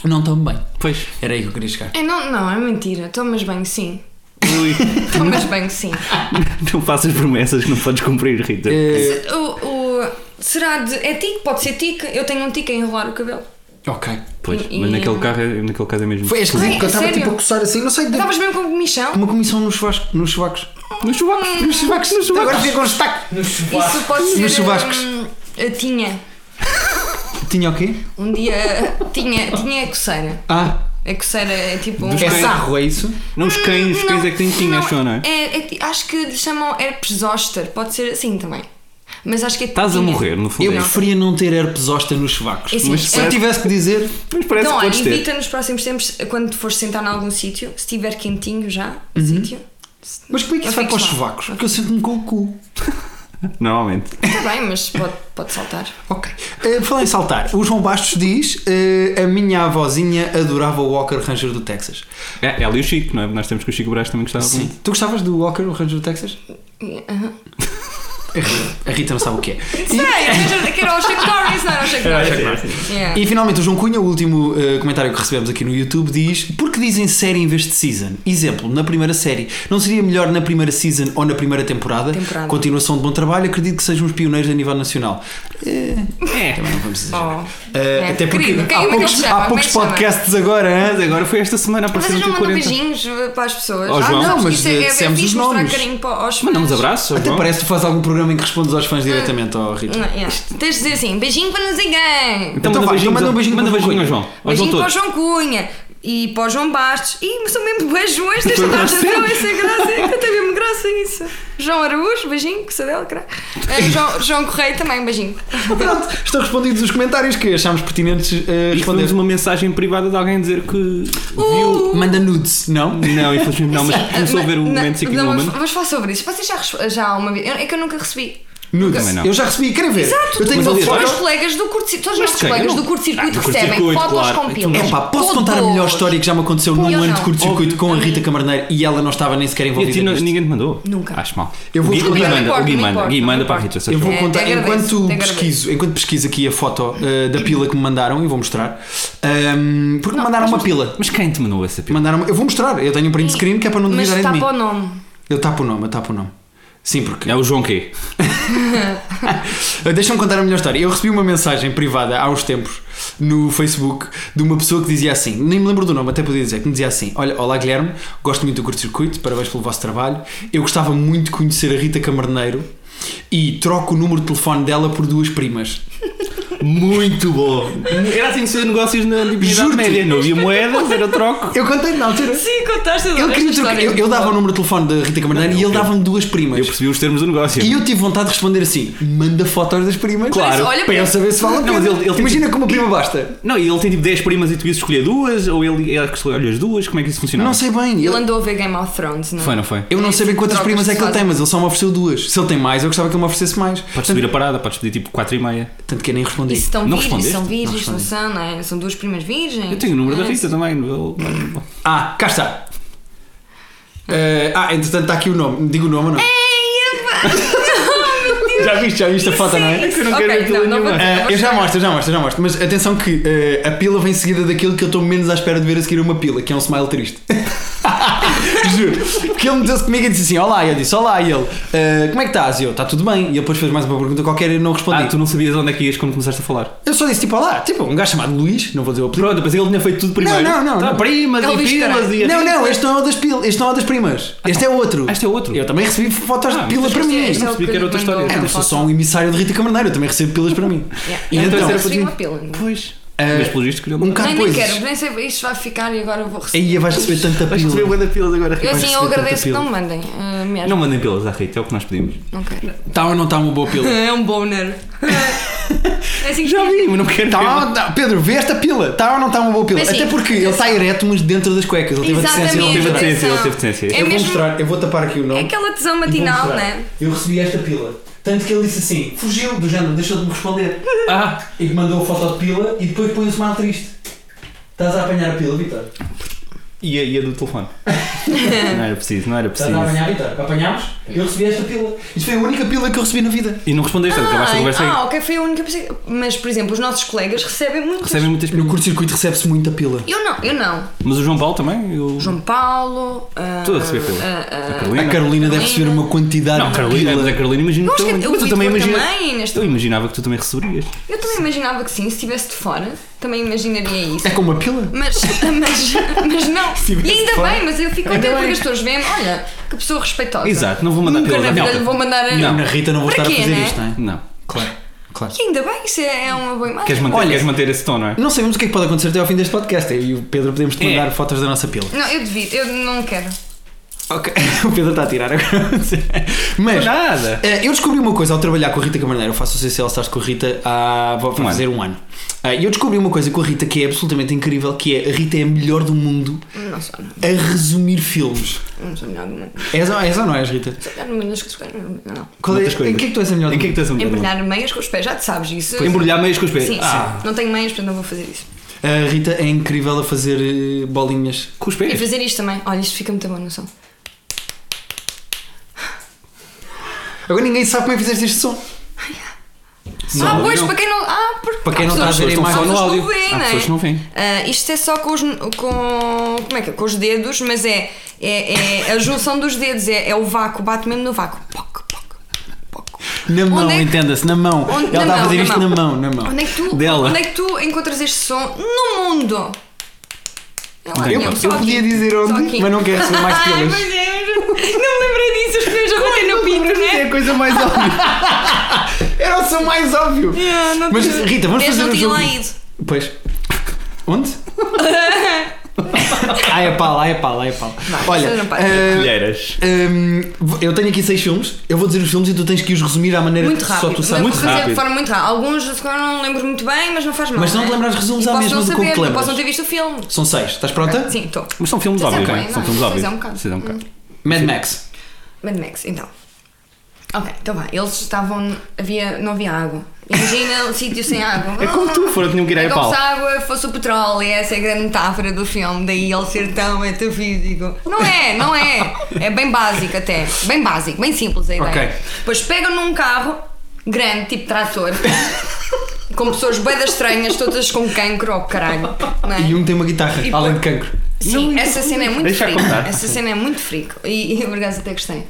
[SPEAKER 1] Não tão bem.
[SPEAKER 3] Pois.
[SPEAKER 1] Era aí que eu queria chegar.
[SPEAKER 2] É, não, não, é mentira. Tomas banho sim.
[SPEAKER 3] Ui.
[SPEAKER 2] Tomas banho Então, sim.
[SPEAKER 3] (laughs) não faças promessas que não podes cumprir, Rita.
[SPEAKER 1] Eh,
[SPEAKER 2] O, o- será de. É tique? Pode ser tique? Eu tenho um tique a enrolar o cabelo.
[SPEAKER 1] ok.
[SPEAKER 3] Pois,
[SPEAKER 2] e-
[SPEAKER 3] mas naquele, carro, é- naquele caso é mesmo.
[SPEAKER 1] Foi esquisito
[SPEAKER 2] Ai,
[SPEAKER 1] porque eu estava
[SPEAKER 2] sério?
[SPEAKER 1] tipo a coçar assim, não sei, de...
[SPEAKER 2] Estavas mesmo com comichão?
[SPEAKER 1] uma comissão nos chuvascos. Nos chuvacos.
[SPEAKER 3] Nos chuvacos, nos chuvacos, nos
[SPEAKER 1] Agora
[SPEAKER 3] chuvacos.
[SPEAKER 1] fica com destaque.
[SPEAKER 4] Nos chuvascos.
[SPEAKER 2] Isso pode
[SPEAKER 1] Nos
[SPEAKER 2] ser.
[SPEAKER 1] chuvascos.
[SPEAKER 2] hum, eu tinha.
[SPEAKER 1] Tinha o quê?
[SPEAKER 2] Um dia. Tinha, tinha a coceira.
[SPEAKER 1] Ah,
[SPEAKER 2] A coceira é tipo um.
[SPEAKER 1] é sarro, é isso?
[SPEAKER 3] Não, os cães, os cães é que têm tinha, achou, não é?
[SPEAKER 2] É, é ti- acho que lhe chamam herpes zoster. Pode ser assim também. Mas acho que é
[SPEAKER 3] Estás a
[SPEAKER 2] tinha.
[SPEAKER 3] morrer, no fundo.
[SPEAKER 1] Eu
[SPEAKER 3] é isso.
[SPEAKER 1] preferia não ter herpes zoster nos chuvacos.
[SPEAKER 2] É assim,
[SPEAKER 1] mas se eu
[SPEAKER 2] é-
[SPEAKER 1] tivesse que dizer,
[SPEAKER 3] Mas parece
[SPEAKER 2] Então,
[SPEAKER 3] que
[SPEAKER 2] olha,
[SPEAKER 3] podes ter.
[SPEAKER 2] evita nos próximos tempos, quando fores sentar em algum sítio, se estiver quentinho já, o
[SPEAKER 3] Uhum.
[SPEAKER 2] sítio.
[SPEAKER 1] mas como é que isso
[SPEAKER 2] Não
[SPEAKER 1] vai para os
[SPEAKER 2] fiques lá.
[SPEAKER 1] chuvacos? Porque eu sinto-me com o cu.
[SPEAKER 3] Normalmente.
[SPEAKER 2] Está bem, mas pode, pode saltar.
[SPEAKER 1] Ok. Eh, Falei em saltar. O João Bastos diz: eh, A minha avózinha adorava o Walker Ranger do Texas.
[SPEAKER 3] É, ela e o Chico, não é? Nós temos que o Chico Brás também gostava muito.
[SPEAKER 1] Tu gostavas do Walker Ranger do Texas?
[SPEAKER 2] Aham.
[SPEAKER 1] A Rita não sabe o que é.
[SPEAKER 2] Sei, que era o Chuck Norris, não era o
[SPEAKER 3] É.
[SPEAKER 2] É. Chuck Norris. Yeah.
[SPEAKER 1] E finalmente o João Cunha, o último eh, comentário que recebemos aqui no YouTube, diz: Por que dizem série em vez de season? Exemplo, na primeira série. Não seria melhor na primeira season ou na primeira temporada?
[SPEAKER 2] Temporada.
[SPEAKER 1] Continuação de bom trabalho, acredito que sejam os pioneiros a nível nacional. Eh,
[SPEAKER 3] É.
[SPEAKER 1] não vamos exagerar.
[SPEAKER 2] Oh.
[SPEAKER 1] Eh,
[SPEAKER 2] É,
[SPEAKER 1] Até porque
[SPEAKER 2] querido, quem-
[SPEAKER 1] há
[SPEAKER 2] como é que ele
[SPEAKER 1] poucos,
[SPEAKER 2] se chama?
[SPEAKER 1] há
[SPEAKER 2] Como é que
[SPEAKER 1] poucos
[SPEAKER 2] se chama?
[SPEAKER 1] podcasts agora, hein?
[SPEAKER 3] Mas agora foi esta semana
[SPEAKER 2] Mas
[SPEAKER 3] apareceu
[SPEAKER 2] Vocês
[SPEAKER 3] no
[SPEAKER 2] não
[SPEAKER 3] teu
[SPEAKER 2] mandam
[SPEAKER 3] 40.
[SPEAKER 2] beijinhos eh, para as pessoas?
[SPEAKER 3] Ao
[SPEAKER 2] ah,
[SPEAKER 3] Oh, João.
[SPEAKER 2] não,
[SPEAKER 1] Não, mas,
[SPEAKER 2] isto é,
[SPEAKER 1] eh,
[SPEAKER 2] é, é
[SPEAKER 1] dissemos os
[SPEAKER 2] fixe mostrar
[SPEAKER 1] nomes.
[SPEAKER 2] carinho para, aos fãs.
[SPEAKER 3] Mandamos abraços.
[SPEAKER 2] Hum.
[SPEAKER 3] ao
[SPEAKER 1] Até
[SPEAKER 3] João.
[SPEAKER 1] parece que tu fazes algum programa em que respondes aos fãs diretamente, ó Rita.
[SPEAKER 2] Não, yeah. Tens de dizer assim, beijinho para não sei quem.
[SPEAKER 3] Então,
[SPEAKER 1] Então
[SPEAKER 3] manda
[SPEAKER 1] vai,
[SPEAKER 3] beijinhos
[SPEAKER 1] então manda um
[SPEAKER 3] ao-
[SPEAKER 1] beijinho
[SPEAKER 3] manda
[SPEAKER 1] para o João
[SPEAKER 3] beijinho ao João. Ao João
[SPEAKER 2] Beijinho para o
[SPEAKER 3] todo.
[SPEAKER 2] João Cunha e para o João Bastos. E são mesmo beijões, deixa estar a
[SPEAKER 3] Percebe?
[SPEAKER 2] atenção, isso é graça, eu tenho mesmo graça isso. João Araújo, beijinho, que sou dela, caralho. Eh,
[SPEAKER 3] (laughs)
[SPEAKER 2] João, João Correia também, beijinho.
[SPEAKER 1] Pronto, estão respondidos os comentários que achámos pertinentes eh,
[SPEAKER 3] E
[SPEAKER 1] responder.
[SPEAKER 3] recebemos uma mensagem privada de alguém dizer que viu.
[SPEAKER 2] Uh,
[SPEAKER 1] Manda nudes, não?
[SPEAKER 3] Não, infelizmente não, mas começou a ver o
[SPEAKER 2] na-
[SPEAKER 3] momento Seeking
[SPEAKER 2] não, vamos,
[SPEAKER 3] Woman.
[SPEAKER 2] vamos falar sobre isso. Vocês já, res- já há uma vez. eu- É que eu nunca recebi.
[SPEAKER 1] Nudes.
[SPEAKER 3] Também não.
[SPEAKER 1] Eu já recebi, querem ver?
[SPEAKER 2] Exato,
[SPEAKER 1] Eu tenho
[SPEAKER 3] Mas é
[SPEAKER 1] uma
[SPEAKER 3] aliás,
[SPEAKER 2] Os
[SPEAKER 1] foto.
[SPEAKER 3] olha-
[SPEAKER 2] meus colegas do curto Todos os nossos
[SPEAKER 3] quem?
[SPEAKER 2] colegas
[SPEAKER 3] Eu não-
[SPEAKER 2] do
[SPEAKER 3] Ah, do
[SPEAKER 2] curto-circuito
[SPEAKER 3] curto
[SPEAKER 2] recebem
[SPEAKER 3] circuito,
[SPEAKER 2] fotos
[SPEAKER 3] claro.
[SPEAKER 2] com pilos.
[SPEAKER 3] Então,
[SPEAKER 1] É pá, posso contar a
[SPEAKER 2] Todos.
[SPEAKER 1] melhor história que já me aconteceu
[SPEAKER 2] Eu
[SPEAKER 1] num ano
[SPEAKER 2] não.
[SPEAKER 1] de curto-circuito
[SPEAKER 3] Óbvio.
[SPEAKER 1] com a Rita Camarneiro e ela não estava nem sequer
[SPEAKER 3] E a ti
[SPEAKER 1] envolvida
[SPEAKER 3] não-
[SPEAKER 1] nisto.
[SPEAKER 3] ninguém te mandou?
[SPEAKER 2] Nunca.
[SPEAKER 3] Acho mal.
[SPEAKER 1] Eu vou
[SPEAKER 3] O Gui- o Gui
[SPEAKER 1] escolher.
[SPEAKER 3] manda,
[SPEAKER 2] Não
[SPEAKER 3] o Gui
[SPEAKER 2] me
[SPEAKER 3] manda, o
[SPEAKER 2] importa,
[SPEAKER 3] Gui
[SPEAKER 2] não me
[SPEAKER 3] manda para a
[SPEAKER 2] importa.
[SPEAKER 3] Rita. se
[SPEAKER 1] Eu vou
[SPEAKER 2] É,
[SPEAKER 1] contar,
[SPEAKER 2] até agradeço,
[SPEAKER 1] enquanto
[SPEAKER 2] até agradeço.
[SPEAKER 1] pesquiso, enquanto pesquiso aqui a foto eh, da pila que me mandaram e vou mostrar. Ahm, porque me mandaram
[SPEAKER 2] um
[SPEAKER 1] uma pila.
[SPEAKER 3] Mas quem te mandou essa pila?
[SPEAKER 1] Mandaram, eu vou mostrar, eu tenho um print screen que é para não
[SPEAKER 2] Mas
[SPEAKER 1] duvidarem de
[SPEAKER 2] está
[SPEAKER 1] mim.
[SPEAKER 2] para o nome.
[SPEAKER 1] Eu tapo o nome, eu tapo o nome. Sim, porque.
[SPEAKER 3] É o João quê?
[SPEAKER 1] Ah, Deixa-me contar a melhor história. Eu recebi uma mensagem privada há uns tempos no Facebook de uma pessoa que dizia assim, nem me lembro do nome, até podia dizer, que me dizia assim: Olha, olá Guilherme, gosto muito do curto-circuito, parabéns pelo vosso trabalho. Eu gostava muito de conhecer a Rita Camarneiro e troco o número de telefone dela por duas primas.
[SPEAKER 3] Muito bom! Era assim que se negócios na
[SPEAKER 1] Juro-te.
[SPEAKER 3] Juro média. Não havia moedas, era troco.
[SPEAKER 1] Eu contei na altura.
[SPEAKER 2] Sim, contaste
[SPEAKER 1] Ele queria trocar. Eu, eu dava o número de telefone da Rita Camarneiro e ele dava-me duas
[SPEAKER 3] Eu
[SPEAKER 1] primas.
[SPEAKER 3] percebi os termos do negócio.
[SPEAKER 1] E eu tive vontade de responder assim: manda fotos das primas.
[SPEAKER 3] Claro.
[SPEAKER 2] Olha,
[SPEAKER 1] Para eu saber se vale a
[SPEAKER 3] Não, mas
[SPEAKER 1] pena.
[SPEAKER 3] ele- ele-
[SPEAKER 1] Imagina como uma prima basta.
[SPEAKER 3] Não, e ele tem tipo 10 primas e tu ias escolher duas, ou ele ela que escolheu as duas, como é que isso funciona?
[SPEAKER 1] Não sei bem.
[SPEAKER 2] Ele
[SPEAKER 1] ele-
[SPEAKER 2] andou a ver Game of Thrones, não é?
[SPEAKER 3] Foi, não foi?
[SPEAKER 1] Eu não sei bem quantas
[SPEAKER 2] Trocas
[SPEAKER 1] primas é que ele
[SPEAKER 2] fazem.
[SPEAKER 1] tem, mas ele só me ofereceu duas. Se ele tem mais, eu gostava que ele me oferecesse mais.
[SPEAKER 3] Podes
[SPEAKER 1] tanto,
[SPEAKER 3] subir a parada, podes pedir tipo 4 e meia.
[SPEAKER 1] tanto que eu nem respondi.
[SPEAKER 2] E se estão
[SPEAKER 3] Não
[SPEAKER 2] virgens, são
[SPEAKER 3] respondeste?
[SPEAKER 2] virgens,
[SPEAKER 1] Não
[SPEAKER 2] não, são, não é? São duas primas virgens.
[SPEAKER 3] Eu tenho o número da
[SPEAKER 2] Ah,
[SPEAKER 3] Rita também. é? eu-
[SPEAKER 1] Ah, cá está. Eh, ah, entretanto está aqui o nome. Digo o nome ou não? é?
[SPEAKER 2] (laughs)
[SPEAKER 1] já viste, já viste a foto, não é?
[SPEAKER 2] Sim,
[SPEAKER 3] não
[SPEAKER 2] ok,
[SPEAKER 3] quero aquilo
[SPEAKER 2] não, não vou
[SPEAKER 3] nenhuma.
[SPEAKER 2] dizer,
[SPEAKER 1] Eh,
[SPEAKER 2] vou
[SPEAKER 1] eu já
[SPEAKER 2] esperar.
[SPEAKER 1] mostro, eu já mostro, eu já mostro. Mas atenção que eh, a pila vem seguida daquilo que eu estou menos à espera de ver a seguir a uma pila, que é um smile triste. (laughs) Juro. Porque ele meteu-se comigo e disse assim: Olá, e eu disse: Olá, e ele, "Eh, como é que estás? E eu, está tudo bem. E ele depois fez mais uma pergunta qualquer e eu não respondi.
[SPEAKER 3] Ah, tu não sabias onde é que ias quando começaste a falar.
[SPEAKER 1] Eu só disse tipo, olá, tipo, um gajo chamado Luís, não vou dizer o apelido.
[SPEAKER 3] Pronto, pensei que ele tinha feito tudo primeiro.
[SPEAKER 1] Não, não, não,
[SPEAKER 3] Tá,
[SPEAKER 1] não.
[SPEAKER 3] primas
[SPEAKER 2] Ele
[SPEAKER 3] e
[SPEAKER 2] diz,
[SPEAKER 3] pilas
[SPEAKER 2] caralho.
[SPEAKER 3] e.
[SPEAKER 1] Não, não, este não é o das pilas, este não é o das primas. Este é outro. então
[SPEAKER 3] Ah, este é outro.
[SPEAKER 1] Eu também recebi fotos
[SPEAKER 3] Ah,
[SPEAKER 1] de pila
[SPEAKER 3] mas
[SPEAKER 1] para mim.
[SPEAKER 2] este- este
[SPEAKER 3] não
[SPEAKER 2] é o
[SPEAKER 3] percebi que era
[SPEAKER 2] mandou
[SPEAKER 3] outra história.
[SPEAKER 1] Eu
[SPEAKER 2] uma
[SPEAKER 1] não sou
[SPEAKER 2] foto.
[SPEAKER 1] só um emissário de Rita Camarneiro, eu também recebo pilas para (laughs) mim.
[SPEAKER 2] Yeah.
[SPEAKER 1] E
[SPEAKER 2] Eu
[SPEAKER 1] então,
[SPEAKER 2] também
[SPEAKER 3] era para
[SPEAKER 2] recebi
[SPEAKER 3] ti.
[SPEAKER 2] uma pila. Nem,
[SPEAKER 3] assim, Pois. Mas pelos vistos escolheu
[SPEAKER 1] um bocado
[SPEAKER 2] nem
[SPEAKER 1] depois.
[SPEAKER 2] quero, nem sei, isto vai ficar e agora eu vou receber.
[SPEAKER 1] Aí vais receber tanta
[SPEAKER 3] Vais receber
[SPEAKER 1] pila.
[SPEAKER 3] bué de pilas agora.
[SPEAKER 2] Eu
[SPEAKER 3] Vais
[SPEAKER 2] assim, eu
[SPEAKER 3] receber
[SPEAKER 2] agradeço que
[SPEAKER 3] tanta
[SPEAKER 2] não
[SPEAKER 3] pila.
[SPEAKER 2] me mandem. ah, mesmo.
[SPEAKER 3] Não mandem pilas à Rita, é o que nós pedimos.
[SPEAKER 2] Não quero.
[SPEAKER 1] Está Tá ou não está uma boa (laughs) pila?
[SPEAKER 2] É um boner. É assim que
[SPEAKER 3] Já
[SPEAKER 2] se
[SPEAKER 3] vi, mas não quero
[SPEAKER 1] Tá,
[SPEAKER 3] pila.
[SPEAKER 1] ou não- Pedro, vê esta pila, está ou não está uma boa pila?
[SPEAKER 2] Mas sim,
[SPEAKER 1] Até porque ele está ereto, mas dentro das cuecas, ele teve a decência.
[SPEAKER 2] Exatamente.
[SPEAKER 1] ele teve a decência.
[SPEAKER 3] decência, ele teve
[SPEAKER 2] atenção.
[SPEAKER 3] decência.
[SPEAKER 2] É
[SPEAKER 3] Eu
[SPEAKER 1] Eu vou
[SPEAKER 2] mesmo-
[SPEAKER 1] mostrar, eu vou tapar aqui o nome.
[SPEAKER 2] É aquela tesão matinal, não é?
[SPEAKER 1] Eu recebi esta pila. Tanto que ele disse assim, fugiu do género, deixou de me responder.
[SPEAKER 3] Ah,
[SPEAKER 1] E que mandou a foto de pila e depois põe-se mal triste. Estás a apanhar a pila, Vitor?
[SPEAKER 3] e a, e a do (laughs) telefone. não era preciso, não era
[SPEAKER 1] Estás
[SPEAKER 3] preciso.
[SPEAKER 1] a apanhar, Vitor? Apanhámos? Eu recebi esta pila. Isto foi a única pila que eu recebi na vida.
[SPEAKER 3] E não respondeste, acabaste a conversa é-
[SPEAKER 2] ah,
[SPEAKER 3] aí.
[SPEAKER 2] ok, foi a única pessoa. Mas, por exemplo, os nossos colegas recebem muito.
[SPEAKER 3] Recebem muitas pilas.
[SPEAKER 1] No curto-circuito recebe-se muita pila.
[SPEAKER 2] Eu não, eu não.
[SPEAKER 3] Mas o João Paulo também? Eu...
[SPEAKER 2] João Paulo. ah,
[SPEAKER 3] Tu a receber Então, pila.
[SPEAKER 2] ah, ah,
[SPEAKER 3] A
[SPEAKER 1] A
[SPEAKER 3] Carolina.
[SPEAKER 1] Carolina deve receber uma quantidade
[SPEAKER 3] Não,
[SPEAKER 1] de
[SPEAKER 3] Carolina, mas
[SPEAKER 1] pila.
[SPEAKER 3] a Carolina imagino
[SPEAKER 2] Não,
[SPEAKER 3] que
[SPEAKER 2] esquece,
[SPEAKER 3] também.
[SPEAKER 2] o
[SPEAKER 3] Mas eu também
[SPEAKER 2] Vitor
[SPEAKER 3] imagino.
[SPEAKER 2] também, neste-
[SPEAKER 3] Eu imaginava que tu também receberias.
[SPEAKER 2] Eu também imaginava que sim, se estivesse de fora, também imaginaria isso.
[SPEAKER 1] É com uma pila?
[SPEAKER 2] Mas, (laughs) mas, mas não.
[SPEAKER 3] (laughs)
[SPEAKER 1] estivesse
[SPEAKER 2] E ainda
[SPEAKER 1] de fora.
[SPEAKER 2] bem, mas eu fico contente porque as pessoas veem, olha, que pessoa respeitosa.
[SPEAKER 3] Exato, não vou mandar
[SPEAKER 2] Nunca
[SPEAKER 3] pila
[SPEAKER 2] na
[SPEAKER 3] da
[SPEAKER 2] vida
[SPEAKER 3] Malta.
[SPEAKER 2] lhe vou mandar a...
[SPEAKER 1] Eu
[SPEAKER 3] Não.
[SPEAKER 1] na Rita não vou
[SPEAKER 2] Para
[SPEAKER 1] estar
[SPEAKER 2] quê,
[SPEAKER 1] a fazer
[SPEAKER 2] né?
[SPEAKER 1] isto, não é?
[SPEAKER 3] Não.
[SPEAKER 1] Claro, claro.
[SPEAKER 2] E ainda bem, isso é, é uma boa imagem.
[SPEAKER 3] Queres manter,
[SPEAKER 1] Olha-
[SPEAKER 3] queres manter esse tom, não é?
[SPEAKER 1] Não sabemos o que é que pode acontecer até ao fim deste podcast. Eu e o Pedro podemos te
[SPEAKER 3] É.
[SPEAKER 1] mandar fotos da nossa pila.
[SPEAKER 2] Não, eu devido, eu não quero.
[SPEAKER 1] Ok, (laughs) o Pedro está a tirar agora. Mas,
[SPEAKER 3] Nada.
[SPEAKER 1] Eh, Eu descobri uma coisa ao trabalhar com a Rita Camarneiro. Eu faço o CCL Stars com a Rita há. Vou
[SPEAKER 3] Um
[SPEAKER 1] fazer um ano. Eh, E eu descobri uma coisa com a Rita que é absolutamente incrível: que é a Rita é a melhor do mundo
[SPEAKER 2] Não sou,
[SPEAKER 1] a resumir filmes.
[SPEAKER 2] não sou melhor do mundo.
[SPEAKER 1] És ou, és ou não és, Rita?
[SPEAKER 2] Sou melhor do mundo nas coisas, não, não.
[SPEAKER 1] Qual é,
[SPEAKER 3] Muitas coisas.
[SPEAKER 1] em que é que tu és a melhor
[SPEAKER 3] Em
[SPEAKER 1] do
[SPEAKER 3] que é que
[SPEAKER 1] mundo?
[SPEAKER 3] tu és a melhor?
[SPEAKER 2] Embrulhar meias com os pés, já te sabes isso.
[SPEAKER 3] Embrulhar meias com os pés.
[SPEAKER 2] Sim,
[SPEAKER 3] Ah,
[SPEAKER 2] sim. Não tenho meias, portanto não vou fazer isso.
[SPEAKER 1] A Rita é incrível a fazer eh, bolinhas.
[SPEAKER 3] com os
[SPEAKER 2] E
[SPEAKER 3] pés.
[SPEAKER 2] fazer isto também. Olha, isto fica muito bom, não são?
[SPEAKER 1] Agora ninguém sabe como é que fizeste este som.
[SPEAKER 2] ah,
[SPEAKER 3] Não,
[SPEAKER 2] pois,
[SPEAKER 3] não.
[SPEAKER 2] para quem não. Ah, porque
[SPEAKER 1] Para quem
[SPEAKER 2] há
[SPEAKER 1] não está a
[SPEAKER 2] pessoas-
[SPEAKER 1] ver a
[SPEAKER 2] há
[SPEAKER 1] imagem.
[SPEAKER 2] pessoas
[SPEAKER 3] Só no
[SPEAKER 2] que
[SPEAKER 3] áudio.
[SPEAKER 2] não
[SPEAKER 3] Há
[SPEAKER 2] é?
[SPEAKER 3] pessoas que não veem.
[SPEAKER 2] Ah, isto é só com os. Com, como é que é? Com os dedos, mas é, é, é a junção dos dedos, é, é o vácuo, bate mesmo no vácuo. Poc, poc, poc.
[SPEAKER 1] Na mão,
[SPEAKER 2] Onde é que-
[SPEAKER 1] entenda-se, na mão.
[SPEAKER 2] Onde-
[SPEAKER 1] Ela está
[SPEAKER 2] na
[SPEAKER 1] a
[SPEAKER 2] mão,
[SPEAKER 1] fazer
[SPEAKER 2] na
[SPEAKER 1] isto na
[SPEAKER 2] mão.
[SPEAKER 1] mão, na mão.
[SPEAKER 2] Onde é que tu,
[SPEAKER 3] Dela.
[SPEAKER 2] Onde é que tu encontras este som no mundo? Não há
[SPEAKER 1] Eu,
[SPEAKER 2] nenhum,
[SPEAKER 1] eu
[SPEAKER 2] só aqui.
[SPEAKER 1] podia dizer
[SPEAKER 2] Só
[SPEAKER 1] onde,
[SPEAKER 2] aqui.
[SPEAKER 1] mas não quero receber
[SPEAKER 2] (laughs)
[SPEAKER 1] mais
[SPEAKER 2] Ai,
[SPEAKER 1] pilas.
[SPEAKER 2] meu Deus, não me lembrei disso, os pneus a bater no pino, não
[SPEAKER 1] É
[SPEAKER 2] é?
[SPEAKER 1] a coisa
[SPEAKER 2] (laughs)
[SPEAKER 1] mais óbvia. Era o som mais óbvio.
[SPEAKER 2] Yeah, né? Ah, não
[SPEAKER 1] Mas
[SPEAKER 2] tinha-
[SPEAKER 1] Rita, vamos fazer
[SPEAKER 2] Desde não
[SPEAKER 1] um
[SPEAKER 2] tinha
[SPEAKER 1] jogo.
[SPEAKER 2] lá ido.
[SPEAKER 1] Pois.
[SPEAKER 2] (laughs)
[SPEAKER 1] Onde? ai, é pala, ai, é pala, ai, é pala. Olha,
[SPEAKER 2] isso não para.
[SPEAKER 1] ah,
[SPEAKER 3] Colheras.
[SPEAKER 1] hum, eu tenho aqui seis filmes. Eu vou dizer os filmes e tu tens que os resumir à maneira
[SPEAKER 2] Muito
[SPEAKER 1] que só tu
[SPEAKER 2] rápido.
[SPEAKER 1] sabes.
[SPEAKER 2] Muito
[SPEAKER 3] Muito
[SPEAKER 2] rápido. De
[SPEAKER 3] rápido.
[SPEAKER 2] forma muito rápida. Alguns agora não lembro muito bem, mas não faz mal.
[SPEAKER 1] Mas se não
[SPEAKER 2] né?
[SPEAKER 1] te lembrar os resumos,
[SPEAKER 2] E
[SPEAKER 1] há
[SPEAKER 2] posso
[SPEAKER 1] mesmo
[SPEAKER 2] não
[SPEAKER 1] do que
[SPEAKER 2] saber,
[SPEAKER 1] te
[SPEAKER 2] eu
[SPEAKER 1] lembras.
[SPEAKER 2] Posso não ter visto o filme.
[SPEAKER 1] São seis. Estás pronta?
[SPEAKER 2] Sim, estou.
[SPEAKER 3] Mas são filmes
[SPEAKER 2] Mas é
[SPEAKER 3] óbvios,
[SPEAKER 2] ok,
[SPEAKER 3] não é? São
[SPEAKER 2] não,
[SPEAKER 3] filmes
[SPEAKER 2] mas
[SPEAKER 3] óbvios.
[SPEAKER 2] é um bocado.
[SPEAKER 3] Vocês é um bocado.
[SPEAKER 1] Mad Max.
[SPEAKER 2] Mad Max, então. Ok, então vá. Eles estavam. Havia, não havia água. Imagina um (laughs) sítio sem água.
[SPEAKER 3] É como tu, fora de nenhum
[SPEAKER 2] É
[SPEAKER 3] guiré
[SPEAKER 2] como
[SPEAKER 3] pau.
[SPEAKER 2] se a água fosse o petróleo, e essa é a grande metáfora do filme, daí ele ser tão metafísico. Não é, não é. É bem básico até. Bem básico, bem simples a ideia.
[SPEAKER 1] Ok.
[SPEAKER 2] Depois pegam num carro grande, tipo trator, (laughs) com pessoas boedas estranhas, todas com cancro ao caralho. Não é?
[SPEAKER 1] E um tem uma guitarra,
[SPEAKER 2] E
[SPEAKER 1] além de
[SPEAKER 2] pô-
[SPEAKER 1] cancro.
[SPEAKER 2] Sim, essa cena é muito
[SPEAKER 3] Deixa
[SPEAKER 2] frico.
[SPEAKER 3] contar.
[SPEAKER 2] Essa cena é muito frico. E, e obrigado até gostei.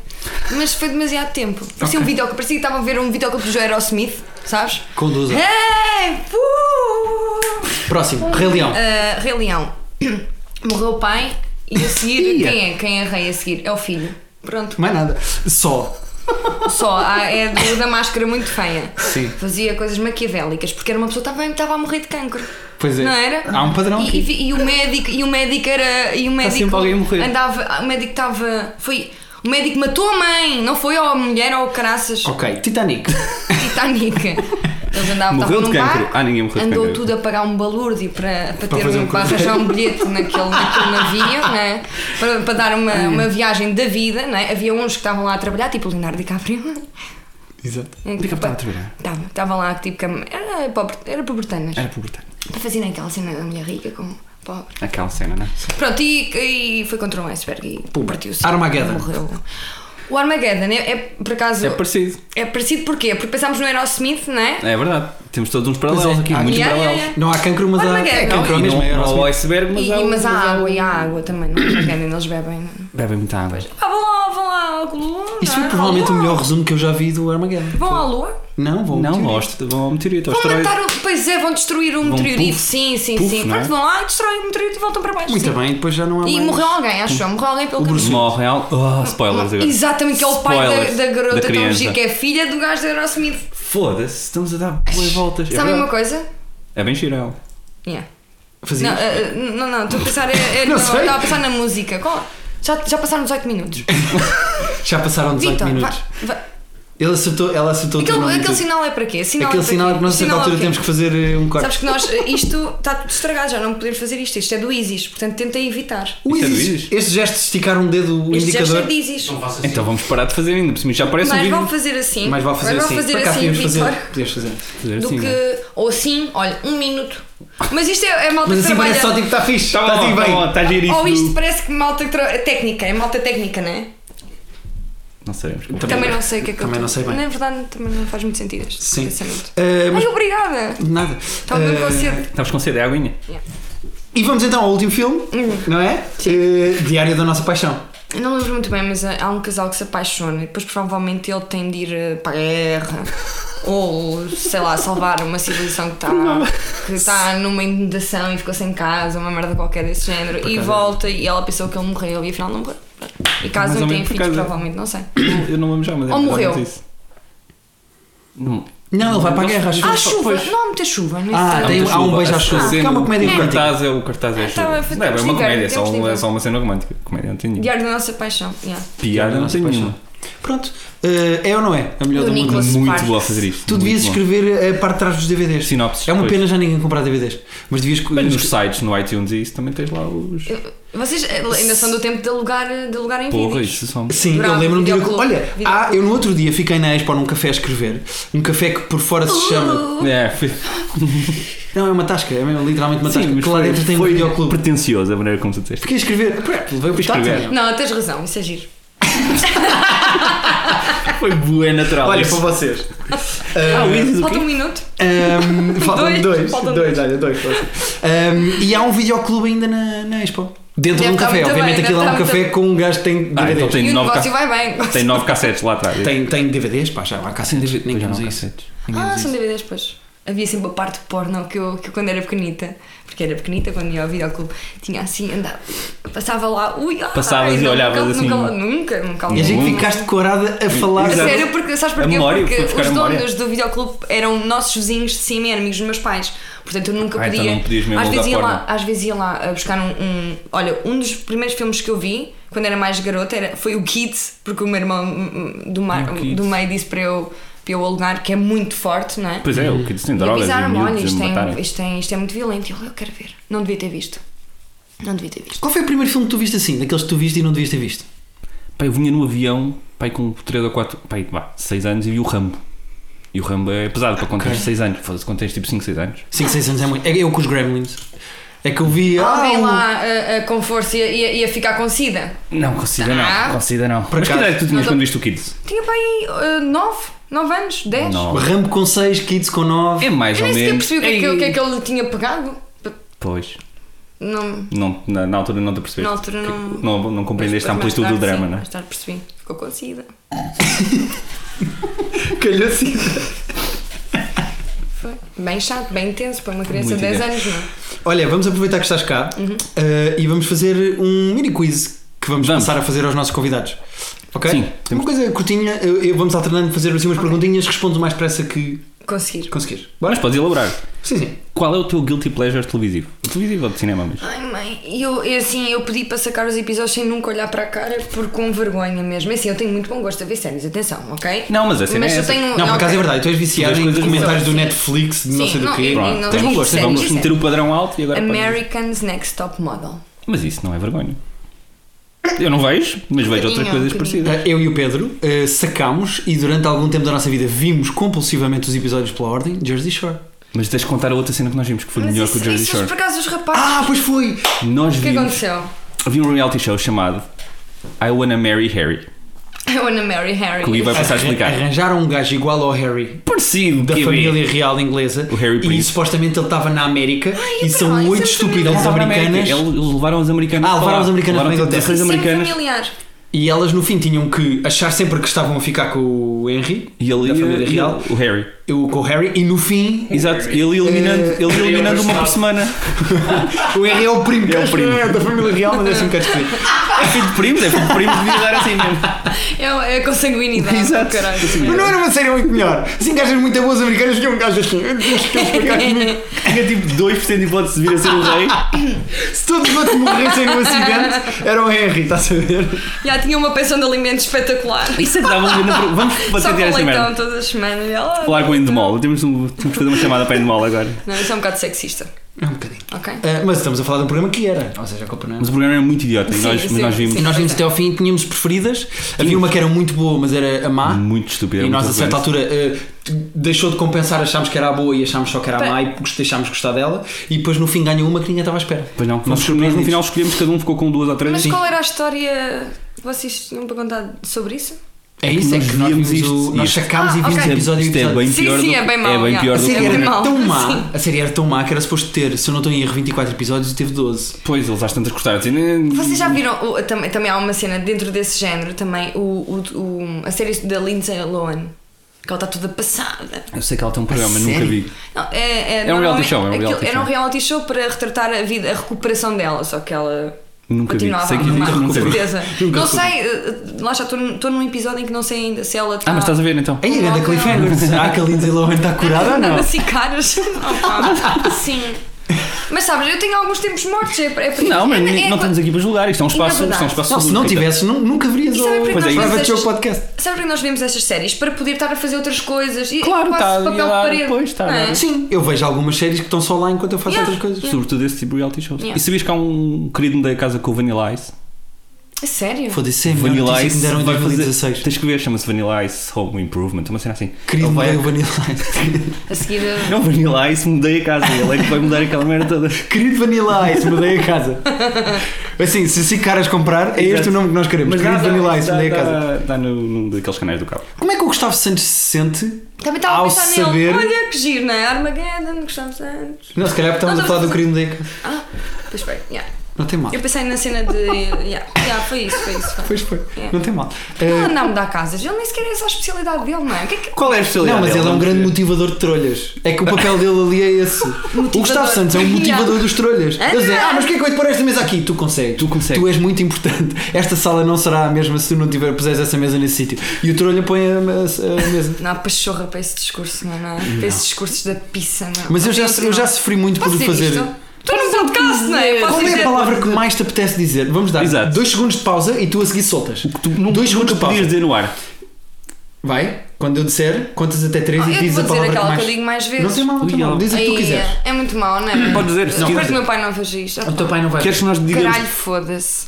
[SPEAKER 2] Mas foi demasiado tempo. Parecia um videoclip, parecia que estava a ver um videoclip do Joe Aerosmith, sabes?
[SPEAKER 1] Conduza.
[SPEAKER 2] Hey, uh!
[SPEAKER 1] Próximo, Rei Leão.
[SPEAKER 2] Ah, Rei Leão. (coughs) Morreu o pai e a seguir.
[SPEAKER 1] Ia.
[SPEAKER 2] quem é? Quem é rei a seguir? É o filho. Pronto.
[SPEAKER 1] Mais nada. Só.
[SPEAKER 2] Só. ah, É do- da máscara muito feia.
[SPEAKER 1] Sim.
[SPEAKER 2] Fazia coisas maquiavélicas porque era uma pessoa que estava, estava a morrer de cancro.
[SPEAKER 1] Pois é.
[SPEAKER 2] Não era?
[SPEAKER 1] Há um padrão
[SPEAKER 2] E,
[SPEAKER 1] aqui.
[SPEAKER 2] e vi- e o médico, e o médico era. E o médico
[SPEAKER 3] sempre alguém a morrer.
[SPEAKER 2] andava. O médico estava. Foi. O médico matou a mãe, não foi ou a mulher ou o caraças.
[SPEAKER 3] Oh.
[SPEAKER 1] Ok, Titanic.
[SPEAKER 2] Titanic.
[SPEAKER 3] (laughs)
[SPEAKER 2] Eles andavam
[SPEAKER 3] Morreu
[SPEAKER 2] estavam
[SPEAKER 3] de
[SPEAKER 2] num
[SPEAKER 3] cancro.
[SPEAKER 2] barco,
[SPEAKER 3] Ah, ninguém morreu de
[SPEAKER 2] Andou
[SPEAKER 3] cancro.
[SPEAKER 2] tudo a pagar um balúrdio para, para, ter
[SPEAKER 1] fazer
[SPEAKER 2] um,
[SPEAKER 1] um
[SPEAKER 2] para
[SPEAKER 1] cruzeiro.
[SPEAKER 2] arranjar um bilhete naquele, naquele navio, né? para, para dar uma, uma viagem da vida. Né? Havia uns que estavam lá a trabalhar, tipo o Leonardo DiCaprio.
[SPEAKER 1] Exato.
[SPEAKER 2] Tipo,
[SPEAKER 3] é estava a trabalhar?
[SPEAKER 2] Estava, estava lá, tipo, que a- era pobre, era pobretanas.
[SPEAKER 1] É
[SPEAKER 3] Era pubertário.
[SPEAKER 2] Para fazer aquela cena da mulher rica com pobre.
[SPEAKER 3] Aquela cena, não é?
[SPEAKER 2] Pronto, e, e foi contra um iceberg e partiu-se.
[SPEAKER 1] Armageddon.
[SPEAKER 2] Morreu. O Armageddon é, é, por acaso.
[SPEAKER 3] É parecido.
[SPEAKER 2] É parecido porquê? Porque pensámos no Aerosmith, não é?
[SPEAKER 3] É verdade. Temos todos uns paralelos
[SPEAKER 1] Pois é.
[SPEAKER 3] aqui,
[SPEAKER 1] Ah,
[SPEAKER 3] muitos
[SPEAKER 2] yeah,
[SPEAKER 3] paralelos.
[SPEAKER 2] yeah,
[SPEAKER 1] Não há cancro, mas há.
[SPEAKER 2] Armageddon.
[SPEAKER 1] É cancro
[SPEAKER 2] Não, assim.
[SPEAKER 1] é mesmo, é
[SPEAKER 3] não, não há o
[SPEAKER 1] Aerosmith.
[SPEAKER 3] iceberg, mas
[SPEAKER 2] E,
[SPEAKER 3] há um
[SPEAKER 2] e-
[SPEAKER 3] o-
[SPEAKER 2] mas há
[SPEAKER 3] o-
[SPEAKER 2] água, e há água também, não é? Querem, eles bebem.
[SPEAKER 3] Bebem muita água.
[SPEAKER 2] Ah, vão lá, vão lá ao Globo.
[SPEAKER 1] Isso foi provavelmente o melhor resumo que eu já vi do Armageddon.
[SPEAKER 2] é? Vão à Lua?
[SPEAKER 1] Não, vão
[SPEAKER 3] Não,
[SPEAKER 1] meter.
[SPEAKER 3] gosto. Vão ao meteorito, ao
[SPEAKER 2] Vão
[SPEAKER 3] asteroide.
[SPEAKER 2] matar o. Pois é, vão destruir o meteorito.
[SPEAKER 3] puff,
[SPEAKER 2] sim, sim,
[SPEAKER 3] puff,
[SPEAKER 2] sim.
[SPEAKER 3] não é?
[SPEAKER 2] Pronto, vão lá, destroem o meteorito e voltam para baixo.
[SPEAKER 1] Muito
[SPEAKER 2] sim.
[SPEAKER 1] bem, depois já não há
[SPEAKER 2] E
[SPEAKER 1] mais.
[SPEAKER 2] morreu alguém, acho eu. Morreu alguém pelo
[SPEAKER 3] Bruce
[SPEAKER 2] caminho.
[SPEAKER 3] Morre real. Oh, spoilers agora.
[SPEAKER 2] Ah, Exatamente, que é o pai da,
[SPEAKER 3] Spoilers
[SPEAKER 2] da garota tão
[SPEAKER 3] criança.
[SPEAKER 2] giga, que é filha do gajo da Aerosmith.
[SPEAKER 3] Foda-se, estamos a dar boas voltas. É,
[SPEAKER 2] Sabem uma
[SPEAKER 3] verdade.
[SPEAKER 2] coisa?
[SPEAKER 3] é bem giro ela.
[SPEAKER 2] Yeah. Não,
[SPEAKER 1] Fazias?
[SPEAKER 2] ah, ah, não, não, estou a pensar. é-
[SPEAKER 1] (laughs)
[SPEAKER 2] é-
[SPEAKER 1] Não
[SPEAKER 2] não,
[SPEAKER 1] sei.
[SPEAKER 2] Estava a pensar na música. Qual? Já, já passaram 18 minutos.
[SPEAKER 1] Já passaram 18
[SPEAKER 2] Vitor,
[SPEAKER 1] minutos.
[SPEAKER 2] vá- vá-
[SPEAKER 1] Ele acertou, ela acertou o teu
[SPEAKER 2] aquele,
[SPEAKER 1] nome.
[SPEAKER 2] aquele
[SPEAKER 1] Aquele
[SPEAKER 2] sinal é para quê? Sinal
[SPEAKER 1] Aquele
[SPEAKER 2] para
[SPEAKER 1] sinal
[SPEAKER 2] quê?
[SPEAKER 1] é que nós, a certa
[SPEAKER 2] Sinal é
[SPEAKER 1] altura,
[SPEAKER 2] quê?
[SPEAKER 1] temos que fazer eh, um corte.
[SPEAKER 2] Sabes que nós, isto está tudo estragado, já não podemos fazer isto. Isto é do ISIS, portanto tenta evitar.
[SPEAKER 1] O
[SPEAKER 3] Isto é do
[SPEAKER 1] Isis-
[SPEAKER 3] Isis?
[SPEAKER 1] Este gesto de esticar um dedo, o
[SPEAKER 2] Este gesto é
[SPEAKER 1] indicador.
[SPEAKER 2] do ISIS.
[SPEAKER 4] Não faço assim.
[SPEAKER 3] Então vamos parar de fazer ainda, por cima já parece um
[SPEAKER 2] Mas
[SPEAKER 3] vídeo.
[SPEAKER 2] vão fazer assim.
[SPEAKER 1] Mas vale fazer
[SPEAKER 2] Mas
[SPEAKER 1] assim.
[SPEAKER 2] vão fazer
[SPEAKER 1] Por acaso
[SPEAKER 2] assim,
[SPEAKER 1] podíamos fazer.
[SPEAKER 2] Vitor.
[SPEAKER 1] Podias fazer.
[SPEAKER 3] Fazer
[SPEAKER 2] Do
[SPEAKER 3] assim, né?
[SPEAKER 2] que. Ou assim, olha, um minuto. Mas isto é, é malta
[SPEAKER 1] Mas
[SPEAKER 2] que
[SPEAKER 1] assim
[SPEAKER 2] trabalha.
[SPEAKER 1] parece só tipo, está fixe.
[SPEAKER 3] Tá
[SPEAKER 1] Está
[SPEAKER 3] bom,
[SPEAKER 1] tipo
[SPEAKER 3] tá bom,
[SPEAKER 1] bem.
[SPEAKER 3] está giro isso.
[SPEAKER 2] assim, Ou isto
[SPEAKER 3] do-
[SPEAKER 2] parece que malta que tra... é técnica, é malta técnica, não é?
[SPEAKER 3] Não sabemos. Então,
[SPEAKER 2] Também não sei o que é que eu
[SPEAKER 1] Também
[SPEAKER 2] tô-
[SPEAKER 1] não sei bem.
[SPEAKER 2] Na verdade, também não faz muito sentido este
[SPEAKER 1] Sim.
[SPEAKER 2] pensamento.
[SPEAKER 1] Eh, mas
[SPEAKER 2] Ai, obrigada!
[SPEAKER 1] Nada.
[SPEAKER 2] Estava mesmo
[SPEAKER 1] Eh,
[SPEAKER 2] com sede.
[SPEAKER 3] Estamos com sede, é aguinha.
[SPEAKER 2] (coughs)
[SPEAKER 1] E vamos então ao último filme, não é? Eh, Diário da Nossa Paixão.
[SPEAKER 2] Eu Hum, não lembro muito bem, mas ah, há um casal que se apaixona e depois provavelmente ele tem de ir ah, para a guerra ou, sei lá, salvar uma civilização que está, que está numa inundação e ficou sem casa, uma merda qualquer desse género, e volta e ela pensou que ele morreu e afinal não morreu. E
[SPEAKER 3] Mais
[SPEAKER 2] casam
[SPEAKER 3] ou
[SPEAKER 2] e têm
[SPEAKER 3] menos por
[SPEAKER 2] filhos,
[SPEAKER 3] causa-
[SPEAKER 2] provavelmente, não sei.
[SPEAKER 3] Eu não me lembro já, mas é
[SPEAKER 2] Ou
[SPEAKER 3] mais
[SPEAKER 2] morreu.
[SPEAKER 3] menos isso. Não.
[SPEAKER 1] Não, ele vai para a guerra, acho
[SPEAKER 2] Há
[SPEAKER 1] eu.
[SPEAKER 2] Ah, chuva,
[SPEAKER 3] pois.
[SPEAKER 2] não há muita chuva, não
[SPEAKER 1] Ah, tem- há um beijo à chuva.
[SPEAKER 3] A cena-
[SPEAKER 1] Que é uma comédia
[SPEAKER 3] o
[SPEAKER 1] romântica.
[SPEAKER 3] cartaz é o cartaz é a
[SPEAKER 2] Tá,
[SPEAKER 3] chuva.
[SPEAKER 2] foi-
[SPEAKER 3] Não, é
[SPEAKER 2] temos
[SPEAKER 3] uma
[SPEAKER 2] de ver,
[SPEAKER 3] comédia, é só,
[SPEAKER 2] temos de
[SPEAKER 3] um, é
[SPEAKER 2] ver.
[SPEAKER 3] só uma cena romântica. Comédia não tem nenhuma.
[SPEAKER 2] Diário da Nossa Paixão, yeah.
[SPEAKER 3] Piada não tem nenhuma.
[SPEAKER 1] Pronto. Eh, é ou não é? A melhor
[SPEAKER 2] Do
[SPEAKER 1] do mundo.
[SPEAKER 2] Nicolas
[SPEAKER 3] Muito
[SPEAKER 2] Sparks.
[SPEAKER 3] boa a fazer isto.
[SPEAKER 1] Tu
[SPEAKER 3] muito
[SPEAKER 1] devias
[SPEAKER 3] boa.
[SPEAKER 1] escrever a parte de trás dos DVDs.
[SPEAKER 3] Sinopses,
[SPEAKER 1] É uma
[SPEAKER 3] pois.
[SPEAKER 1] pena já ninguém comprar DVDs. Mas devias.
[SPEAKER 3] Olha, nos sites, no iTunes e isso também tens lá os.
[SPEAKER 2] Vocês eh, ainda são do tempo de alugar, de alugar em
[SPEAKER 3] Porra,
[SPEAKER 2] vídeos.
[SPEAKER 3] isso são.
[SPEAKER 1] Sim,
[SPEAKER 2] Bravo,
[SPEAKER 1] eu lembro-me de ir. a-
[SPEAKER 2] videoclube.
[SPEAKER 1] Olha, há- eu no outro dia fiquei na Expo num café a escrever. Um café que por fora se chama.
[SPEAKER 2] Uh!
[SPEAKER 3] É, foi,
[SPEAKER 1] Não, é uma tasca, é mesmo, literalmente uma tasca.
[SPEAKER 3] sim, mas
[SPEAKER 1] que lá
[SPEAKER 3] foi,
[SPEAKER 1] dentro tem um
[SPEAKER 3] foi
[SPEAKER 1] videoclube.
[SPEAKER 3] pretencioso a maneira como
[SPEAKER 1] (laughs)
[SPEAKER 3] tu disseste.
[SPEAKER 1] Fiquei a escrever. Pronto, levei um o
[SPEAKER 3] escrever.
[SPEAKER 1] portátil.
[SPEAKER 2] Não, tens razão, isso é giro.
[SPEAKER 3] Foi bué natural.
[SPEAKER 1] Olha, para
[SPEAKER 3] isso.
[SPEAKER 1] vocês.
[SPEAKER 3] (laughs) Ah, o Easy do
[SPEAKER 2] Falta um
[SPEAKER 3] quê?
[SPEAKER 2] minuto. (laughs)
[SPEAKER 1] Ahm, faltam dois.
[SPEAKER 2] Dois,
[SPEAKER 1] Dois,
[SPEAKER 2] faltam
[SPEAKER 1] dois, olha, dois. faltam. Ahm, e há um videoclube ainda na, na Expo. Dentro
[SPEAKER 2] Deve
[SPEAKER 1] de um
[SPEAKER 2] estar
[SPEAKER 1] café.
[SPEAKER 2] muito
[SPEAKER 1] Obviamente
[SPEAKER 2] bem,
[SPEAKER 1] aquilo é
[SPEAKER 2] deve
[SPEAKER 1] um
[SPEAKER 2] estar
[SPEAKER 1] café
[SPEAKER 2] muito
[SPEAKER 1] com um gajo que tem
[SPEAKER 3] Ah, então
[SPEAKER 1] DVDs.
[SPEAKER 3] tem
[SPEAKER 2] E o
[SPEAKER 3] nove
[SPEAKER 2] negócio
[SPEAKER 3] ca-
[SPEAKER 2] vai bem.
[SPEAKER 3] tem nove cassetes lá atrás.
[SPEAKER 1] Tem, tem DVDs, pá, já não há cá sem DVDs. Nem
[SPEAKER 3] Pois já não
[SPEAKER 1] queremos
[SPEAKER 3] há
[SPEAKER 1] é, isso.
[SPEAKER 3] cassetes.
[SPEAKER 1] Nem
[SPEAKER 2] Ah,
[SPEAKER 1] queremos
[SPEAKER 2] são
[SPEAKER 1] isso.
[SPEAKER 2] DVDs, pois. Havia sempre a parte porno que eu, que eu quando era pequenita, porque era pequenita, quando ia ao videoclube, tinha assim, andava, passava lá, ui, ah,
[SPEAKER 3] Passavas
[SPEAKER 2] ai,
[SPEAKER 3] e
[SPEAKER 2] não,
[SPEAKER 3] olhavas
[SPEAKER 2] nunca,
[SPEAKER 3] assim.
[SPEAKER 2] Nunca, nunca, nunca.
[SPEAKER 1] E a gente
[SPEAKER 3] Uhum.
[SPEAKER 1] ficaste corada a falar.
[SPEAKER 2] A
[SPEAKER 3] Exato.
[SPEAKER 2] sério, porque sabes porquê?
[SPEAKER 3] A memória,
[SPEAKER 2] porque
[SPEAKER 3] foi buscar
[SPEAKER 2] os
[SPEAKER 3] a memória.
[SPEAKER 2] donos do videoclube eram nossos vizinhos de cima e amigos dos meus pais. Portanto, eu nunca
[SPEAKER 3] Ah,
[SPEAKER 2] podia.
[SPEAKER 3] então não podias mesmo
[SPEAKER 2] às, vezes ia
[SPEAKER 3] alugar
[SPEAKER 2] lá,
[SPEAKER 3] porno.
[SPEAKER 2] às vezes ia lá a buscar um, um- Olha, um dos primeiros filmes que eu vi quando era mais garota era, foi o Kids, porque o meu irmão hum, hum, do, mar,
[SPEAKER 3] O Kids.
[SPEAKER 2] do meio disse para eu, para eu alugar, que é muito forte, não é?
[SPEAKER 3] Pois é, o que dizem
[SPEAKER 2] E
[SPEAKER 3] drogas e
[SPEAKER 2] avisaram-me, olha,
[SPEAKER 3] miúdos
[SPEAKER 2] isto,
[SPEAKER 3] a matarem.
[SPEAKER 2] tem, isto, tem, isto é muito violento. E eu, eu quero ver. Não devia ter visto. Não devia ter visto.
[SPEAKER 1] Qual foi o primeiro filme que tu viste assim? Daqueles que tu viste e não devias ter visto?
[SPEAKER 3] Pá, eu vinha no avião, pai, com 3 ou 4, pai, vá, 6 anos e vi o Rambo. E o Rambo é pesado para quando tens 6 anos. Foda-se, quando tens tipo 5, 6 anos.
[SPEAKER 1] 5, 6 anos é muito. É eu com os Gremlins. É que eu vi.
[SPEAKER 2] Alguém
[SPEAKER 1] o-
[SPEAKER 2] lá ah, ah, com força ia, ia- ia ficar com sida.
[SPEAKER 3] Não, consigo
[SPEAKER 2] Ah.
[SPEAKER 3] não, consigo não.
[SPEAKER 1] Por
[SPEAKER 3] Mas que
[SPEAKER 1] acaso.
[SPEAKER 3] idade é que tu
[SPEAKER 2] Não
[SPEAKER 3] tinhas
[SPEAKER 2] tô-
[SPEAKER 3] quando viste o Kids?
[SPEAKER 2] Tinha pai aí 9, 9 anos, 10.
[SPEAKER 3] Não.
[SPEAKER 1] o Rambo com 6, Kids com 9.
[SPEAKER 3] É mais
[SPEAKER 2] Eu
[SPEAKER 3] ou
[SPEAKER 2] nem sequer
[SPEAKER 3] menos.
[SPEAKER 2] percebi o que, é que,
[SPEAKER 3] Ei.
[SPEAKER 2] o que é que ele tinha pegado.
[SPEAKER 3] Pois.
[SPEAKER 2] Não,
[SPEAKER 3] Não, na, na altura não te percebeste.
[SPEAKER 2] na altura não.
[SPEAKER 3] Não, não compreendeste a
[SPEAKER 2] mas depois,
[SPEAKER 3] amplitude
[SPEAKER 2] mais
[SPEAKER 3] do
[SPEAKER 2] tarde,
[SPEAKER 3] drama,
[SPEAKER 2] sim,
[SPEAKER 3] não é?
[SPEAKER 2] Mais tarde percebi. Ficou com sida.
[SPEAKER 1] Calhou assim.
[SPEAKER 2] Foi. Bem chato, bem intenso para uma criança
[SPEAKER 3] Muito
[SPEAKER 2] de 10
[SPEAKER 3] intenso.
[SPEAKER 2] anos, não
[SPEAKER 1] Olha, vamos aproveitar que estás cá
[SPEAKER 2] Uhum.
[SPEAKER 1] eh, e vamos fazer um mini quiz que vamos,
[SPEAKER 3] Vamos.
[SPEAKER 1] passar a fazer aos nossos convidados. Ok?
[SPEAKER 3] Sim,
[SPEAKER 1] Uma
[SPEAKER 3] temos-
[SPEAKER 1] coisa curtinha, eu, eu- vamos alternando fazer assim umas perguntinhas, respondo o mais depressa que
[SPEAKER 2] é? Conseguir.
[SPEAKER 1] conseguires.
[SPEAKER 3] Mas podes elaborar.
[SPEAKER 1] Sim, sim.
[SPEAKER 3] Qual é o teu guilty pleasure televisivo? Televisivo ou de cinema mesmo?
[SPEAKER 2] Ai mãe, e eu e assim, eu pedi para sacar os episódios sem nunca olhar para a cara por com vergonha mesmo. Assim, eu tenho muito bom gosto a ver séries, atenção, ok?
[SPEAKER 3] Não, mas a cena
[SPEAKER 2] Mas
[SPEAKER 3] é
[SPEAKER 2] eu
[SPEAKER 3] essa.
[SPEAKER 2] tenho.
[SPEAKER 1] Não, por acaso é
[SPEAKER 2] ok.
[SPEAKER 1] verdade, tu és viciado
[SPEAKER 3] Duas
[SPEAKER 1] em
[SPEAKER 3] coisas
[SPEAKER 1] comentários do
[SPEAKER 2] diferentes.
[SPEAKER 1] Netflix, de não
[SPEAKER 2] Sim,
[SPEAKER 1] sei do
[SPEAKER 2] não,
[SPEAKER 1] quê.
[SPEAKER 2] e-
[SPEAKER 1] Pronto.
[SPEAKER 2] e não-
[SPEAKER 1] Tens bom gosto, tens bom
[SPEAKER 2] Sério,
[SPEAKER 3] um Vamos
[SPEAKER 1] gosto.
[SPEAKER 2] sério.
[SPEAKER 3] meter o padrão alto e agora podes-
[SPEAKER 2] American's Next Top Model.
[SPEAKER 3] Mas isso não é vergonha. Eu não vejo, mas vejo outras
[SPEAKER 2] bocadinho,
[SPEAKER 3] coisas
[SPEAKER 2] um bocadinho.
[SPEAKER 3] parecidas.
[SPEAKER 1] Eh, Eu e o Pedro eh, sacámos e durante algum tempo da nossa vida vimos compulsivamente os episódios pela ordem Jersey Shore.
[SPEAKER 3] Mas tens de contar a outra cena que nós vimos que foi melhor que o
[SPEAKER 2] isso,
[SPEAKER 3] Jersey
[SPEAKER 2] isso é
[SPEAKER 3] Shore.
[SPEAKER 2] por acaso os rapazes.
[SPEAKER 1] Ah, pois foi!
[SPEAKER 3] Nós
[SPEAKER 2] o que
[SPEAKER 3] vimos.
[SPEAKER 2] aconteceu? (laughs)
[SPEAKER 3] Havia um reality show chamado I Wanna Marry Harry.
[SPEAKER 2] I wanna marry Harry.
[SPEAKER 3] Que o Gui vai passar a explicar.
[SPEAKER 1] Arranjaram um gajo igual ao Harry
[SPEAKER 3] Parecido
[SPEAKER 1] da
[SPEAKER 3] que é.
[SPEAKER 1] família real inglesa
[SPEAKER 3] O Harry
[SPEAKER 1] e
[SPEAKER 3] Prince.
[SPEAKER 1] supostamente ele estava na América
[SPEAKER 2] eu
[SPEAKER 1] e
[SPEAKER 2] sei
[SPEAKER 1] são
[SPEAKER 2] lá, isso
[SPEAKER 1] oito
[SPEAKER 2] é
[SPEAKER 3] Ele
[SPEAKER 1] estupidez
[SPEAKER 3] estava na América.
[SPEAKER 1] americanas
[SPEAKER 3] Eles eles levaram os americanos.
[SPEAKER 1] Ah,
[SPEAKER 3] para
[SPEAKER 1] levaram
[SPEAKER 3] lá.
[SPEAKER 1] os americanos
[SPEAKER 3] Levaram
[SPEAKER 1] para
[SPEAKER 3] tipo
[SPEAKER 1] Inglaterra.
[SPEAKER 2] Sempre
[SPEAKER 3] 16 americanos.
[SPEAKER 2] é familiar.
[SPEAKER 1] e elas no fim tinham que achar sempre que estavam a ficar com o Henry
[SPEAKER 3] E ele
[SPEAKER 1] da família
[SPEAKER 3] e- e
[SPEAKER 1] real
[SPEAKER 3] o Harry.
[SPEAKER 1] eu com o Harry e no fim
[SPEAKER 3] Exato, ele eliminando,
[SPEAKER 1] Eh,
[SPEAKER 3] ele eliminando uma
[SPEAKER 4] gostava.
[SPEAKER 1] (laughs)
[SPEAKER 3] por semana.
[SPEAKER 1] o Henry é o primo que
[SPEAKER 3] É o
[SPEAKER 1] acho que
[SPEAKER 3] primo.
[SPEAKER 1] é da família real mas é assim um bocado esquisito.
[SPEAKER 3] É filho de primos, é filho de primos, devia dar assim mesmo.
[SPEAKER 2] É, é consanguinidade.
[SPEAKER 3] Exato.
[SPEAKER 2] Caralho.
[SPEAKER 1] mas não era uma série muito melhor assim gajas muito boas americanas tinham um gajo assim
[SPEAKER 3] Tinha tipo 2% de hipótese de vir a ser o rei.
[SPEAKER 1] se todos os outros morressem num acidente era o Henry estás a ver
[SPEAKER 2] (laughs) Já tinha uma pensão de alimentos espetacular.
[SPEAKER 3] Isso é que dava um grande pro- Vamos
[SPEAKER 2] Só então. com
[SPEAKER 3] bater esta merda.
[SPEAKER 2] leitão todas as semanas. Ela...
[SPEAKER 3] Falar com o Endemol, temos, um, temos que fazer uma chamada para Endemol agora.
[SPEAKER 2] Não, isso é um bocado sexista.
[SPEAKER 1] é um bocadinho
[SPEAKER 2] Ok?
[SPEAKER 1] Ah, mas estamos a falar de um programa que era ou seja a culpa não é
[SPEAKER 3] Mas o programa era muito idiota e
[SPEAKER 2] Sim,
[SPEAKER 3] nós,
[SPEAKER 2] sim,
[SPEAKER 3] nós vimos
[SPEAKER 1] E nós vimos até ao fim, tínhamos preferidas. Havia uma que era muito boa, mas era a má.
[SPEAKER 3] muito estúpido. é era
[SPEAKER 1] E nós, a
[SPEAKER 3] muito
[SPEAKER 1] certa
[SPEAKER 3] arrogante.
[SPEAKER 1] altura, eh, t- deixou de compensar, achámos que era a boa e achámos só que era a
[SPEAKER 2] Pá.
[SPEAKER 1] má e gost- deixámos de gostar dela. E depois no fim ganhou uma que ninguém estava à espera.
[SPEAKER 3] Pois não,
[SPEAKER 1] Fomos
[SPEAKER 3] nós, nós no
[SPEAKER 1] surpreendidos.
[SPEAKER 3] final escolhemos, cada um ficou com duas ou três.
[SPEAKER 2] Mas
[SPEAKER 3] Sim.
[SPEAKER 2] qual era a história que vocês tinham para contar sobre isso?
[SPEAKER 1] É isso, é
[SPEAKER 3] nós
[SPEAKER 1] que nós,
[SPEAKER 3] víamos
[SPEAKER 1] vimos o-
[SPEAKER 3] isto,
[SPEAKER 1] nós
[SPEAKER 3] isto.
[SPEAKER 1] sacámos
[SPEAKER 2] Ah,
[SPEAKER 1] e vimos
[SPEAKER 2] ok.
[SPEAKER 1] episódio e
[SPEAKER 3] Isto é
[SPEAKER 1] episódio.
[SPEAKER 3] bem
[SPEAKER 2] Sim,
[SPEAKER 3] pior
[SPEAKER 2] sim,
[SPEAKER 3] do,
[SPEAKER 2] é bem mau, já.
[SPEAKER 1] A
[SPEAKER 3] pior do que
[SPEAKER 1] série
[SPEAKER 2] É
[SPEAKER 1] era
[SPEAKER 2] bem
[SPEAKER 3] o
[SPEAKER 2] mau.
[SPEAKER 1] tão má,
[SPEAKER 2] Sim.
[SPEAKER 1] a série era tão má que era suposto ter, se eu não estou em erro, 24 episódios e teve 12.
[SPEAKER 3] Pois, eles às tantas gostaram de dizer, "Né,
[SPEAKER 2] Vocês já viram, o- também, também há uma cena dentro desse género também, o, o- o- a série da Lindsay Lohan, que ela está toda passada.
[SPEAKER 3] Eu sei que ela tem um programa,
[SPEAKER 1] A
[SPEAKER 3] nunca
[SPEAKER 1] sério?
[SPEAKER 3] vi.
[SPEAKER 2] Não, é, é,
[SPEAKER 3] É um reality
[SPEAKER 2] normalmente
[SPEAKER 3] show, é um
[SPEAKER 2] aquilo-
[SPEAKER 3] reality
[SPEAKER 2] era um
[SPEAKER 3] show.
[SPEAKER 2] reality show para retratar a vida, a recuperação dela, só que ela
[SPEAKER 3] Nunca vi.
[SPEAKER 2] continuava
[SPEAKER 3] Sei
[SPEAKER 2] a
[SPEAKER 3] que
[SPEAKER 2] mamar,
[SPEAKER 3] (laughs) nunca
[SPEAKER 2] com
[SPEAKER 3] vi.
[SPEAKER 2] certeza.
[SPEAKER 1] Nunca
[SPEAKER 2] não
[SPEAKER 1] soube.
[SPEAKER 2] sei, eh, lá já estou num- estou num episódio em que não sei ainda se ela está.
[SPEAKER 3] Ah, mas estás a ver então?
[SPEAKER 1] Aí a grande
[SPEAKER 2] Ok.
[SPEAKER 1] cliffhanger, será que a Lindsay Lohan está curada ou não?
[SPEAKER 2] (laughs) Assim, caras. Não, pá. Sim. Mas sabes, eu tenho alguns tempos mortos. É, é por isso.
[SPEAKER 3] Não, mas
[SPEAKER 2] É-
[SPEAKER 3] ninguém-
[SPEAKER 2] é-
[SPEAKER 3] não estamos aqui para julgar, isto é um espaço,
[SPEAKER 2] verdade.
[SPEAKER 3] isto é um espaço
[SPEAKER 1] Não, se
[SPEAKER 3] seguro,
[SPEAKER 1] não
[SPEAKER 3] Rita.
[SPEAKER 1] tivesse, nu- nunca verias
[SPEAKER 2] E sabe
[SPEAKER 1] o
[SPEAKER 2] porquê que nós
[SPEAKER 1] Private
[SPEAKER 2] fizemos
[SPEAKER 1] Show
[SPEAKER 2] estes-
[SPEAKER 1] Podcast.
[SPEAKER 2] Sabe porque nós vemos estas séries? Para poder estar a fazer outras coisas. E,
[SPEAKER 3] Claro,
[SPEAKER 2] e quase
[SPEAKER 3] tá,
[SPEAKER 2] papel
[SPEAKER 3] ia
[SPEAKER 2] de
[SPEAKER 3] dar,
[SPEAKER 2] parede.
[SPEAKER 3] pois, tá,
[SPEAKER 2] não é?
[SPEAKER 3] não
[SPEAKER 1] Sim, eu vejo algumas séries que estão só lá enquanto eu faço
[SPEAKER 2] Yeah.
[SPEAKER 3] Um
[SPEAKER 1] outras coisas.
[SPEAKER 3] Sobretudo esse tipo de reality shows.
[SPEAKER 2] Yeah.
[SPEAKER 3] E sabias que há um querido da casa com o Vanilla Ice?
[SPEAKER 2] A sério?
[SPEAKER 1] Foda-se, é a melhor
[SPEAKER 3] Vanilla
[SPEAKER 1] notícia que
[SPEAKER 3] Ice
[SPEAKER 1] me deram em
[SPEAKER 3] vai fazer-
[SPEAKER 1] 2016.
[SPEAKER 3] Tens que ver, chama-se Vanilla Ice Home Improvement, uma cena assim.
[SPEAKER 1] Querido,
[SPEAKER 3] Ele vai- (laughs)
[SPEAKER 1] mudei o Vanilla Ice.
[SPEAKER 2] A seguir. eh,
[SPEAKER 3] Não, Vanilla Ice, mudei a casa. Ele é que vai mudar aquela merda toda.
[SPEAKER 1] Querido Vanilla Ice, (laughs) mudei a casa. Assim, se se caras comprar, é este
[SPEAKER 3] Exato.
[SPEAKER 1] o nome que nós queremos. Querido Vanilla Ice,
[SPEAKER 3] dá-
[SPEAKER 1] mudei a casa.
[SPEAKER 3] dá- Dá no, num daqueles canais do cabo.
[SPEAKER 1] Como é que o Gustavo Santos se sente?
[SPEAKER 2] Também estava a
[SPEAKER 1] Ao
[SPEAKER 2] pensar
[SPEAKER 1] saber-
[SPEAKER 2] nele. Olha que giro, não é? Armageddon, gostamos antes.
[SPEAKER 1] Não, se calhar estamos a falar do querido mudei a casa.
[SPEAKER 2] Ah, pois bem, yeah.
[SPEAKER 1] Não tem mal.
[SPEAKER 2] Eu pensei na cena de. Yeah, yeah, foi isso, foi isso. Foi.
[SPEAKER 1] Pois foi, É. não tem mal.
[SPEAKER 2] Ele
[SPEAKER 1] Eh,
[SPEAKER 2] anda a mudar casas, ele nem sequer é essa a especialidade dele, não é? O que é que.
[SPEAKER 3] Qual é a
[SPEAKER 1] Não,
[SPEAKER 3] especialidade?
[SPEAKER 1] mas ele é um
[SPEAKER 3] Vamos
[SPEAKER 1] grande
[SPEAKER 3] ver.
[SPEAKER 1] motivador de trolhas. É que o papel dele ali é
[SPEAKER 3] (laughs)
[SPEAKER 1] esse. o Gustavo Santos é um motivador dos trolhas. Eles dizem, ah, mas o que é que eu hei de pôr esta mesa aqui? Tu consegues.
[SPEAKER 3] Tu consegues.
[SPEAKER 1] Tu és muito importante. Esta sala não será a mesma se tu não tiver, puseres essa mesa nesse sítio. E o trolha põe a, a- a mesa.
[SPEAKER 2] Não há pachorra para esse discurso, não é? Não. há? Para esses discursos da pizza, não.
[SPEAKER 1] Mas eu já,
[SPEAKER 2] Não.
[SPEAKER 1] eu já sofri muito por
[SPEAKER 2] Posso dizer
[SPEAKER 1] fazer.
[SPEAKER 2] isto? Estou num podcast, não é? Posso
[SPEAKER 1] Qual é
[SPEAKER 2] dizer-
[SPEAKER 1] a palavra que mais te apetece dizer? Vamos dar
[SPEAKER 3] Exato.
[SPEAKER 1] dois segundos de pausa e tu a seguir soltas. dois segundos de pausa.
[SPEAKER 3] Podias dizer
[SPEAKER 1] (laughs)
[SPEAKER 3] no ar.
[SPEAKER 1] Vai, quando eu disser, contas até três
[SPEAKER 2] Ah,
[SPEAKER 1] e
[SPEAKER 2] eu
[SPEAKER 1] dizes
[SPEAKER 2] vou
[SPEAKER 1] a
[SPEAKER 2] dizer
[SPEAKER 1] palavra
[SPEAKER 2] aquela
[SPEAKER 1] que mais.
[SPEAKER 2] que eu digo mais vezes.
[SPEAKER 1] Não tem mal, não tem
[SPEAKER 3] Ui,
[SPEAKER 1] mal.
[SPEAKER 3] ela-
[SPEAKER 1] Diz a que tu
[SPEAKER 2] Ai,
[SPEAKER 1] quiseres.
[SPEAKER 2] É muito mau, não é?
[SPEAKER 3] Podes dizer, se
[SPEAKER 2] Espero
[SPEAKER 3] quiseres.
[SPEAKER 2] que o meu pai não veja isto.
[SPEAKER 1] O teu pai não vai.
[SPEAKER 3] Queres que nós digamos.
[SPEAKER 2] Caralho, foda-se.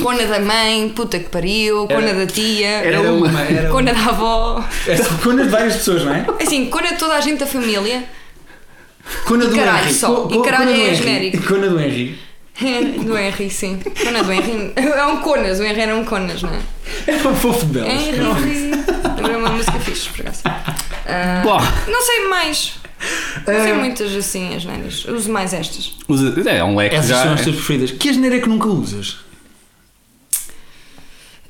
[SPEAKER 2] Cona da mãe, puta que pariu, cona da tia,
[SPEAKER 1] Era uma, era uma.
[SPEAKER 2] cona da avó.
[SPEAKER 1] É só cona de várias pessoas, não é?
[SPEAKER 2] Assim, cona de toda a gente da família.
[SPEAKER 1] Cona do
[SPEAKER 2] Caralho
[SPEAKER 1] Henry.
[SPEAKER 2] só. E caralho é genérico.
[SPEAKER 1] Cona do Henry.
[SPEAKER 2] É, Do Henry, sim. Cona do Henry. É um conas, o Henry era um conas, não é?
[SPEAKER 1] Era um fofo de belas.
[SPEAKER 2] Henry. Era uma música fixe, por acaso. Ah,
[SPEAKER 3] Bom,
[SPEAKER 2] não sei mais. Não sei muitas assim, as neiras. Uso mais estas.
[SPEAKER 3] usa- é um leque
[SPEAKER 1] Essas
[SPEAKER 3] já.
[SPEAKER 1] são as tuas preferidas. Que asneira é que nunca usas?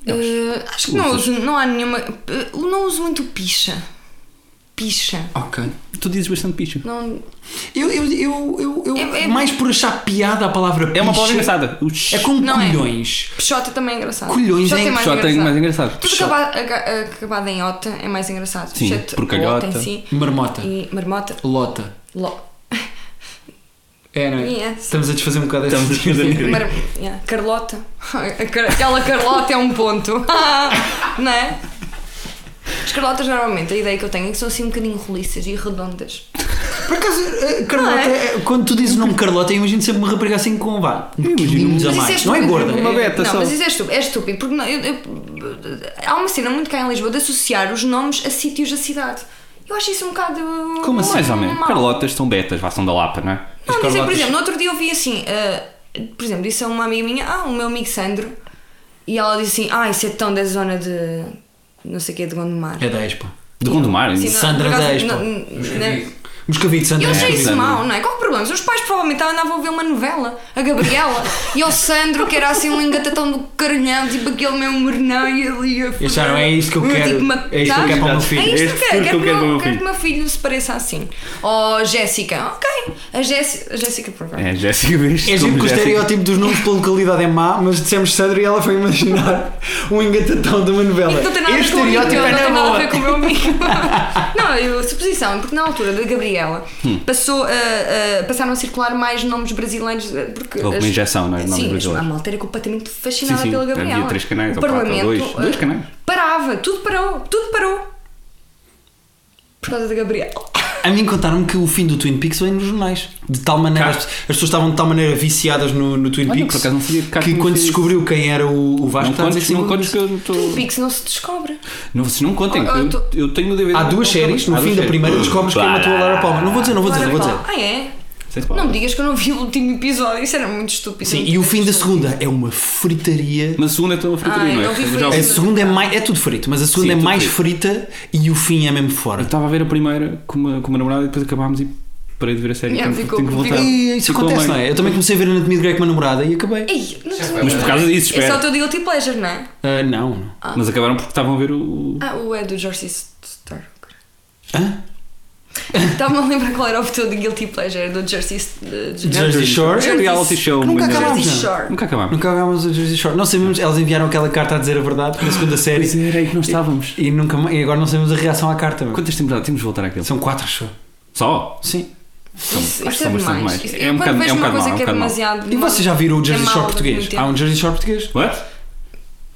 [SPEAKER 2] Eh, acho que não uso, não há nenhuma. eh, não uso muito picha. Picha.
[SPEAKER 1] Ok.
[SPEAKER 3] Tu dizes bastante picho.
[SPEAKER 2] Não,
[SPEAKER 1] Eu, eu, eu, eu, eu-
[SPEAKER 2] É- é-
[SPEAKER 1] mais por achar piada a palavra
[SPEAKER 3] É
[SPEAKER 1] picha,
[SPEAKER 3] uma palavra engraçada. O sh-
[SPEAKER 1] É como
[SPEAKER 2] Não é.
[SPEAKER 1] colhões.
[SPEAKER 2] Peixota também é engraçado.
[SPEAKER 1] Colhões
[SPEAKER 2] Peixota
[SPEAKER 1] é
[SPEAKER 3] Só tem mais engraçado.
[SPEAKER 2] Tudo acaba- aca- acabado em ota é mais engraçado.
[SPEAKER 3] Sim,
[SPEAKER 2] Exceto
[SPEAKER 3] porcalhota.
[SPEAKER 2] lota em si.
[SPEAKER 1] Marmota.
[SPEAKER 2] E marmota.
[SPEAKER 1] Lota.
[SPEAKER 2] Ló.
[SPEAKER 1] É, não é?
[SPEAKER 2] Yes.
[SPEAKER 1] Estamos a desfazer um bocado esta-
[SPEAKER 3] Estamos a desfazer um bocadinho.
[SPEAKER 2] Mar... (laughs) yeah, Carlota. A car- Aquela Carlota é um ponto. (laughs) não é? As Carlotas normalmente, a ideia que eu tenho é que são assim um bocadinho roliças e redondas.
[SPEAKER 1] Por acaso, eh, (laughs) Carlota,
[SPEAKER 2] Não é?
[SPEAKER 1] eh, quando tu dizes o nome Carlota, eu imagino sempre uma rapariga assim com vá. Um
[SPEAKER 3] imagino-
[SPEAKER 1] quilinho a
[SPEAKER 2] Mas isso é
[SPEAKER 1] mais. Não
[SPEAKER 2] estúpido.
[SPEAKER 1] é gorda.
[SPEAKER 3] Uma beta
[SPEAKER 2] não,
[SPEAKER 3] só.
[SPEAKER 2] mas isso é estúpido, é estúpido porque não- eu- eu- há uma cena muito cá em Lisboa de associar os nomes a sítios da cidade. Eu acho isso um bocado.
[SPEAKER 1] Como assim?
[SPEAKER 3] Mais ou menos.
[SPEAKER 2] mau.
[SPEAKER 3] Carlotas são betas, vá, são da Lapa, não é?
[SPEAKER 2] Não,
[SPEAKER 1] As
[SPEAKER 2] mas eu, por
[SPEAKER 1] Carlotas.
[SPEAKER 2] exemplo, no outro dia eu vi assim, ah, por exemplo, disse a uma amiga minha, ah, o meu amigo Sandro, e ela disse assim, ah, isso é tão da zona de. não sei o quê, de Gondomar.
[SPEAKER 1] É da Expo.
[SPEAKER 3] De Gondomar.
[SPEAKER 2] Assim,
[SPEAKER 3] isso.
[SPEAKER 2] não-
[SPEAKER 1] Sandra
[SPEAKER 2] por acaso,
[SPEAKER 1] Dez, pá.
[SPEAKER 2] não- não-
[SPEAKER 1] Moscavide, Sandra.
[SPEAKER 2] É. eu achei
[SPEAKER 1] Moscavide.
[SPEAKER 2] isso
[SPEAKER 3] Sandra.
[SPEAKER 2] mau, não é? Qual o problema? Os meus pais provavelmente andavam a ver uma novela, a Gabriela, e ao Sandro, que era assim um engatatão do caralhão, tipo aquele meu mornão e ali a
[SPEAKER 1] Eles acharam, "É isto que eu
[SPEAKER 2] tipo,
[SPEAKER 1] quero,
[SPEAKER 2] matar."
[SPEAKER 1] é isto que eu quero para o meu filho,
[SPEAKER 2] É
[SPEAKER 3] é
[SPEAKER 2] isto
[SPEAKER 3] este
[SPEAKER 2] que eu quero,
[SPEAKER 3] futuro
[SPEAKER 2] quero, que
[SPEAKER 3] que eu quero para o meu
[SPEAKER 2] meu- quero
[SPEAKER 3] filho.
[SPEAKER 2] que o meu filho se pareça assim. Ou Jéssica, ok. A Jéssica, a Jéssica, por favor.
[SPEAKER 3] É, Jéssica, viste?
[SPEAKER 1] É
[SPEAKER 3] como
[SPEAKER 1] giro que o
[SPEAKER 3] Jéssica.
[SPEAKER 1] estereótipo dos nomes pela localidade é má, mas dissemos Sandra e ela foi imaginar um engatatão de uma novela.
[SPEAKER 2] Não tem nada a ver
[SPEAKER 1] este
[SPEAKER 2] com o amigo,
[SPEAKER 1] estereótipo é
[SPEAKER 2] não
[SPEAKER 1] na
[SPEAKER 2] tem nada a
[SPEAKER 1] boa.
[SPEAKER 2] ver com o
[SPEAKER 3] (laughs)
[SPEAKER 2] meu amigo. não, eu, suposição, porque na altura da Gabriela
[SPEAKER 3] Hum.
[SPEAKER 2] passou, a- a- passaram a circular mais nomes brasileiros. eh, Porque
[SPEAKER 3] Houve uma injeção, não é, de nomes
[SPEAKER 2] sim,
[SPEAKER 3] brasileiros.
[SPEAKER 2] A malta era completamente fascinada
[SPEAKER 3] Sim, sim,
[SPEAKER 2] pela Gabriela.
[SPEAKER 3] havia três canais,
[SPEAKER 2] o
[SPEAKER 3] ou quatro, ou
[SPEAKER 2] parlamento,
[SPEAKER 3] dois-
[SPEAKER 2] eh,
[SPEAKER 3] dois canais.
[SPEAKER 2] Parava, tudo parou, tudo parou. Por causa da Gabriela.
[SPEAKER 1] A mim contaram-me que o fim do Twin Peaks vem nos jornais. De tal maneira,
[SPEAKER 3] Cá.
[SPEAKER 1] as, as pessoas estavam de tal maneira viciadas no, no Twin
[SPEAKER 3] Olha,
[SPEAKER 1] Peaks
[SPEAKER 3] por acaso não sabia que cá
[SPEAKER 1] que
[SPEAKER 3] tinha
[SPEAKER 1] quando se
[SPEAKER 3] sido
[SPEAKER 1] descobriu quem era o, o Vasco
[SPEAKER 3] Não
[SPEAKER 1] estava a dizer assim,
[SPEAKER 3] contes,
[SPEAKER 1] que
[SPEAKER 3] não
[SPEAKER 1] sim,
[SPEAKER 3] contes que eu estou.
[SPEAKER 2] O Pix não se descobre.
[SPEAKER 3] Não, vocês não contem.
[SPEAKER 2] Ah,
[SPEAKER 3] Eu,
[SPEAKER 2] tu-
[SPEAKER 3] eu tenho o DVD.
[SPEAKER 1] Há
[SPEAKER 3] Não,
[SPEAKER 1] duas
[SPEAKER 3] não,
[SPEAKER 1] séries,
[SPEAKER 3] não,
[SPEAKER 1] no
[SPEAKER 3] há
[SPEAKER 1] fim
[SPEAKER 3] duas
[SPEAKER 1] da
[SPEAKER 3] séries.
[SPEAKER 1] primeira descobres quem matou a Laura Palmer. Não vou dizer, não vou dizer, não vou dizer.
[SPEAKER 2] Agora, pá, Ah, é?
[SPEAKER 3] Sem
[SPEAKER 2] Não
[SPEAKER 3] spoiler.
[SPEAKER 2] me digas que eu não vi o último episódio, isso era muito estúpido.
[SPEAKER 1] Sim, e o fim da segunda é uma fritaria.
[SPEAKER 3] Mas a segunda é toda fritaria,
[SPEAKER 2] Ai,
[SPEAKER 3] não é?
[SPEAKER 2] não vi
[SPEAKER 3] Eu já-
[SPEAKER 1] A
[SPEAKER 2] fritas.
[SPEAKER 1] segunda é mais. É tudo frito, mas a segunda
[SPEAKER 3] Sim,
[SPEAKER 1] é
[SPEAKER 3] tudo
[SPEAKER 1] mais
[SPEAKER 3] frito.
[SPEAKER 1] frita e o fim é mesmo fora.
[SPEAKER 3] Eu estava a ver a primeira com uma, com uma namorada e depois acabámos e parei de ver a série.
[SPEAKER 2] Yeah,
[SPEAKER 3] tenho,
[SPEAKER 2] ficou-
[SPEAKER 3] tenho que voltar.
[SPEAKER 2] ficou-
[SPEAKER 1] E isso
[SPEAKER 3] Ficou
[SPEAKER 1] acontece,
[SPEAKER 3] meio-
[SPEAKER 1] não é? Eu também comecei a ver Anatomia de Grey com uma namorada e acabei.
[SPEAKER 2] Ei, não te-
[SPEAKER 3] Mas por causa disso,
[SPEAKER 2] É só o
[SPEAKER 3] espera.
[SPEAKER 2] teu guilty pleasure, não é?
[SPEAKER 1] Ah, não, não.
[SPEAKER 3] Mas acabaram porque estavam a ver o.
[SPEAKER 2] Ah, o é do George Stark.
[SPEAKER 1] Hã?
[SPEAKER 2] Estava-me a lembrar qual era o teu de guilty pleasure é do Jersey uh,
[SPEAKER 1] Jersey Shore?
[SPEAKER 3] É um reality show.
[SPEAKER 1] Nunca
[SPEAKER 3] mas-
[SPEAKER 1] acabámos,
[SPEAKER 2] Jersey
[SPEAKER 1] não.
[SPEAKER 2] Shore.
[SPEAKER 3] Nunca acabámos.
[SPEAKER 1] Nunca acabámos a Jersey Shore. Não sabemos, elas enviaram aquela carta a dizer a verdade na segunda
[SPEAKER 3] Pois
[SPEAKER 1] série
[SPEAKER 3] é, era aí que nós estávamos.
[SPEAKER 1] e, nunca, ma- e agora não sabemos a reação à carta. meu.
[SPEAKER 3] Quantas temporadas? Temos de voltar àquele.
[SPEAKER 1] São quatro, achou?
[SPEAKER 3] Só?
[SPEAKER 1] Sim.
[SPEAKER 2] Isso,
[SPEAKER 3] acho
[SPEAKER 2] isso
[SPEAKER 3] que
[SPEAKER 2] é
[SPEAKER 3] são bastante
[SPEAKER 2] demais.
[SPEAKER 3] mais.
[SPEAKER 2] Isso-
[SPEAKER 3] É
[SPEAKER 2] eu
[SPEAKER 3] um
[SPEAKER 2] quando
[SPEAKER 3] bocado-
[SPEAKER 2] vejo
[SPEAKER 3] é um
[SPEAKER 2] uma
[SPEAKER 3] bocado
[SPEAKER 2] coisa
[SPEAKER 3] mau,
[SPEAKER 2] que
[SPEAKER 3] é
[SPEAKER 2] é
[SPEAKER 3] um bocado mau.
[SPEAKER 2] demasiado.
[SPEAKER 1] E vocês já viram o Jersey
[SPEAKER 2] É mau
[SPEAKER 3] Ah, um
[SPEAKER 1] Shore
[SPEAKER 2] durante
[SPEAKER 1] português?
[SPEAKER 2] muito
[SPEAKER 1] Há um Jersey Shore português?
[SPEAKER 3] What?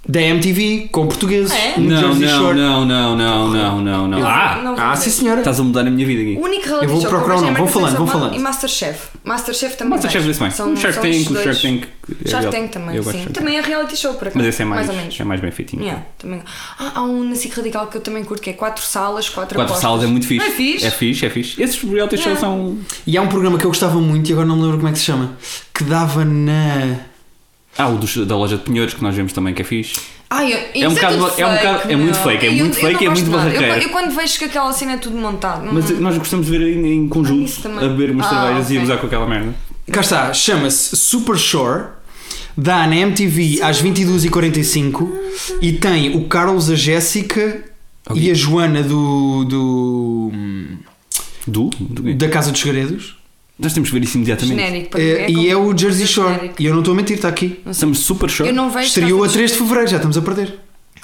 [SPEAKER 1] Da MTV, com portugueses.
[SPEAKER 2] É?
[SPEAKER 1] um
[SPEAKER 3] Não,
[SPEAKER 1] Jersey
[SPEAKER 3] não,
[SPEAKER 1] Shore.
[SPEAKER 3] não, não, não, não, não, não. Ah!
[SPEAKER 2] Não-
[SPEAKER 1] Ah, sim senhora.
[SPEAKER 3] Estás a mudar a minha vida
[SPEAKER 2] O
[SPEAKER 3] aqui.
[SPEAKER 2] único
[SPEAKER 1] Eu
[SPEAKER 2] reality
[SPEAKER 1] vou
[SPEAKER 2] show que
[SPEAKER 1] procurar
[SPEAKER 2] eu
[SPEAKER 1] o nome. Vão
[SPEAKER 2] vejo é American
[SPEAKER 1] falando, vão
[SPEAKER 2] Idol
[SPEAKER 1] falando.
[SPEAKER 2] E Masterchef. Masterchef também
[SPEAKER 3] Masterchef
[SPEAKER 2] vejo.
[SPEAKER 3] desse bem.
[SPEAKER 2] São-
[SPEAKER 3] Shark
[SPEAKER 2] são
[SPEAKER 3] Tank, um
[SPEAKER 2] esses dois.
[SPEAKER 3] Shark Tank. eu
[SPEAKER 2] Shark
[SPEAKER 3] gosto.
[SPEAKER 2] Tank também,
[SPEAKER 3] Eu
[SPEAKER 2] sim.
[SPEAKER 3] gosto de Shark Tank.
[SPEAKER 2] Também é reality show, por acaso.
[SPEAKER 3] Mas esse é mais,
[SPEAKER 2] ou menos.
[SPEAKER 3] é mais bem feitinho.
[SPEAKER 2] Yeah, também. Ah, há um na SIC Radical que eu também curto, que é 4 salas, 4
[SPEAKER 3] Quatro salas é muito fixe.
[SPEAKER 2] Não é fixe?
[SPEAKER 3] É fixe, é fixe. Esses reality
[SPEAKER 2] Yeah.
[SPEAKER 3] shows são.
[SPEAKER 1] E há um programa que eu gostava muito e agora não me lembro como é que se chama. Que dava na.
[SPEAKER 3] Ah, o dos- da loja de pinheiros que nós vemos também que é fixe.
[SPEAKER 2] Ai, eu- isso
[SPEAKER 3] um bocado-
[SPEAKER 2] tudo
[SPEAKER 3] é um
[SPEAKER 2] fake,
[SPEAKER 3] bocado- é muito
[SPEAKER 2] meu.
[SPEAKER 3] fake, é
[SPEAKER 2] Eu- eu
[SPEAKER 3] muito fake
[SPEAKER 2] não
[SPEAKER 3] e é
[SPEAKER 2] gosto
[SPEAKER 3] muito
[SPEAKER 2] nada.
[SPEAKER 3] barraqueiro.
[SPEAKER 2] Eu, eu quando vejo que aquela cena é tudo montado. não-
[SPEAKER 3] Mas nós gostamos de ver em, em conjunto
[SPEAKER 2] isso também.
[SPEAKER 3] a beber umas
[SPEAKER 2] Ah,
[SPEAKER 3] cervejas e a
[SPEAKER 2] ok.
[SPEAKER 3] gozar com aquela merda.
[SPEAKER 1] Cá está, chama-se Super Shore, dá na MTV às 22h45 e tem o Carlos, a Jéssica e a Joana do, do
[SPEAKER 3] Du? Du quê?
[SPEAKER 1] da Casa dos Segredos
[SPEAKER 3] Nós temos que ver isso imediatamente.
[SPEAKER 2] genérico. para mim
[SPEAKER 1] Eh, e é o
[SPEAKER 2] como-
[SPEAKER 1] Jersey Shore.
[SPEAKER 2] genérico.
[SPEAKER 1] E eu não estou a mentir, está aqui.
[SPEAKER 3] Estamos super short.
[SPEAKER 2] Eu não vejo.
[SPEAKER 1] Estreou a
[SPEAKER 2] casas-
[SPEAKER 1] 3 de Fevereiro, já estamos a perder.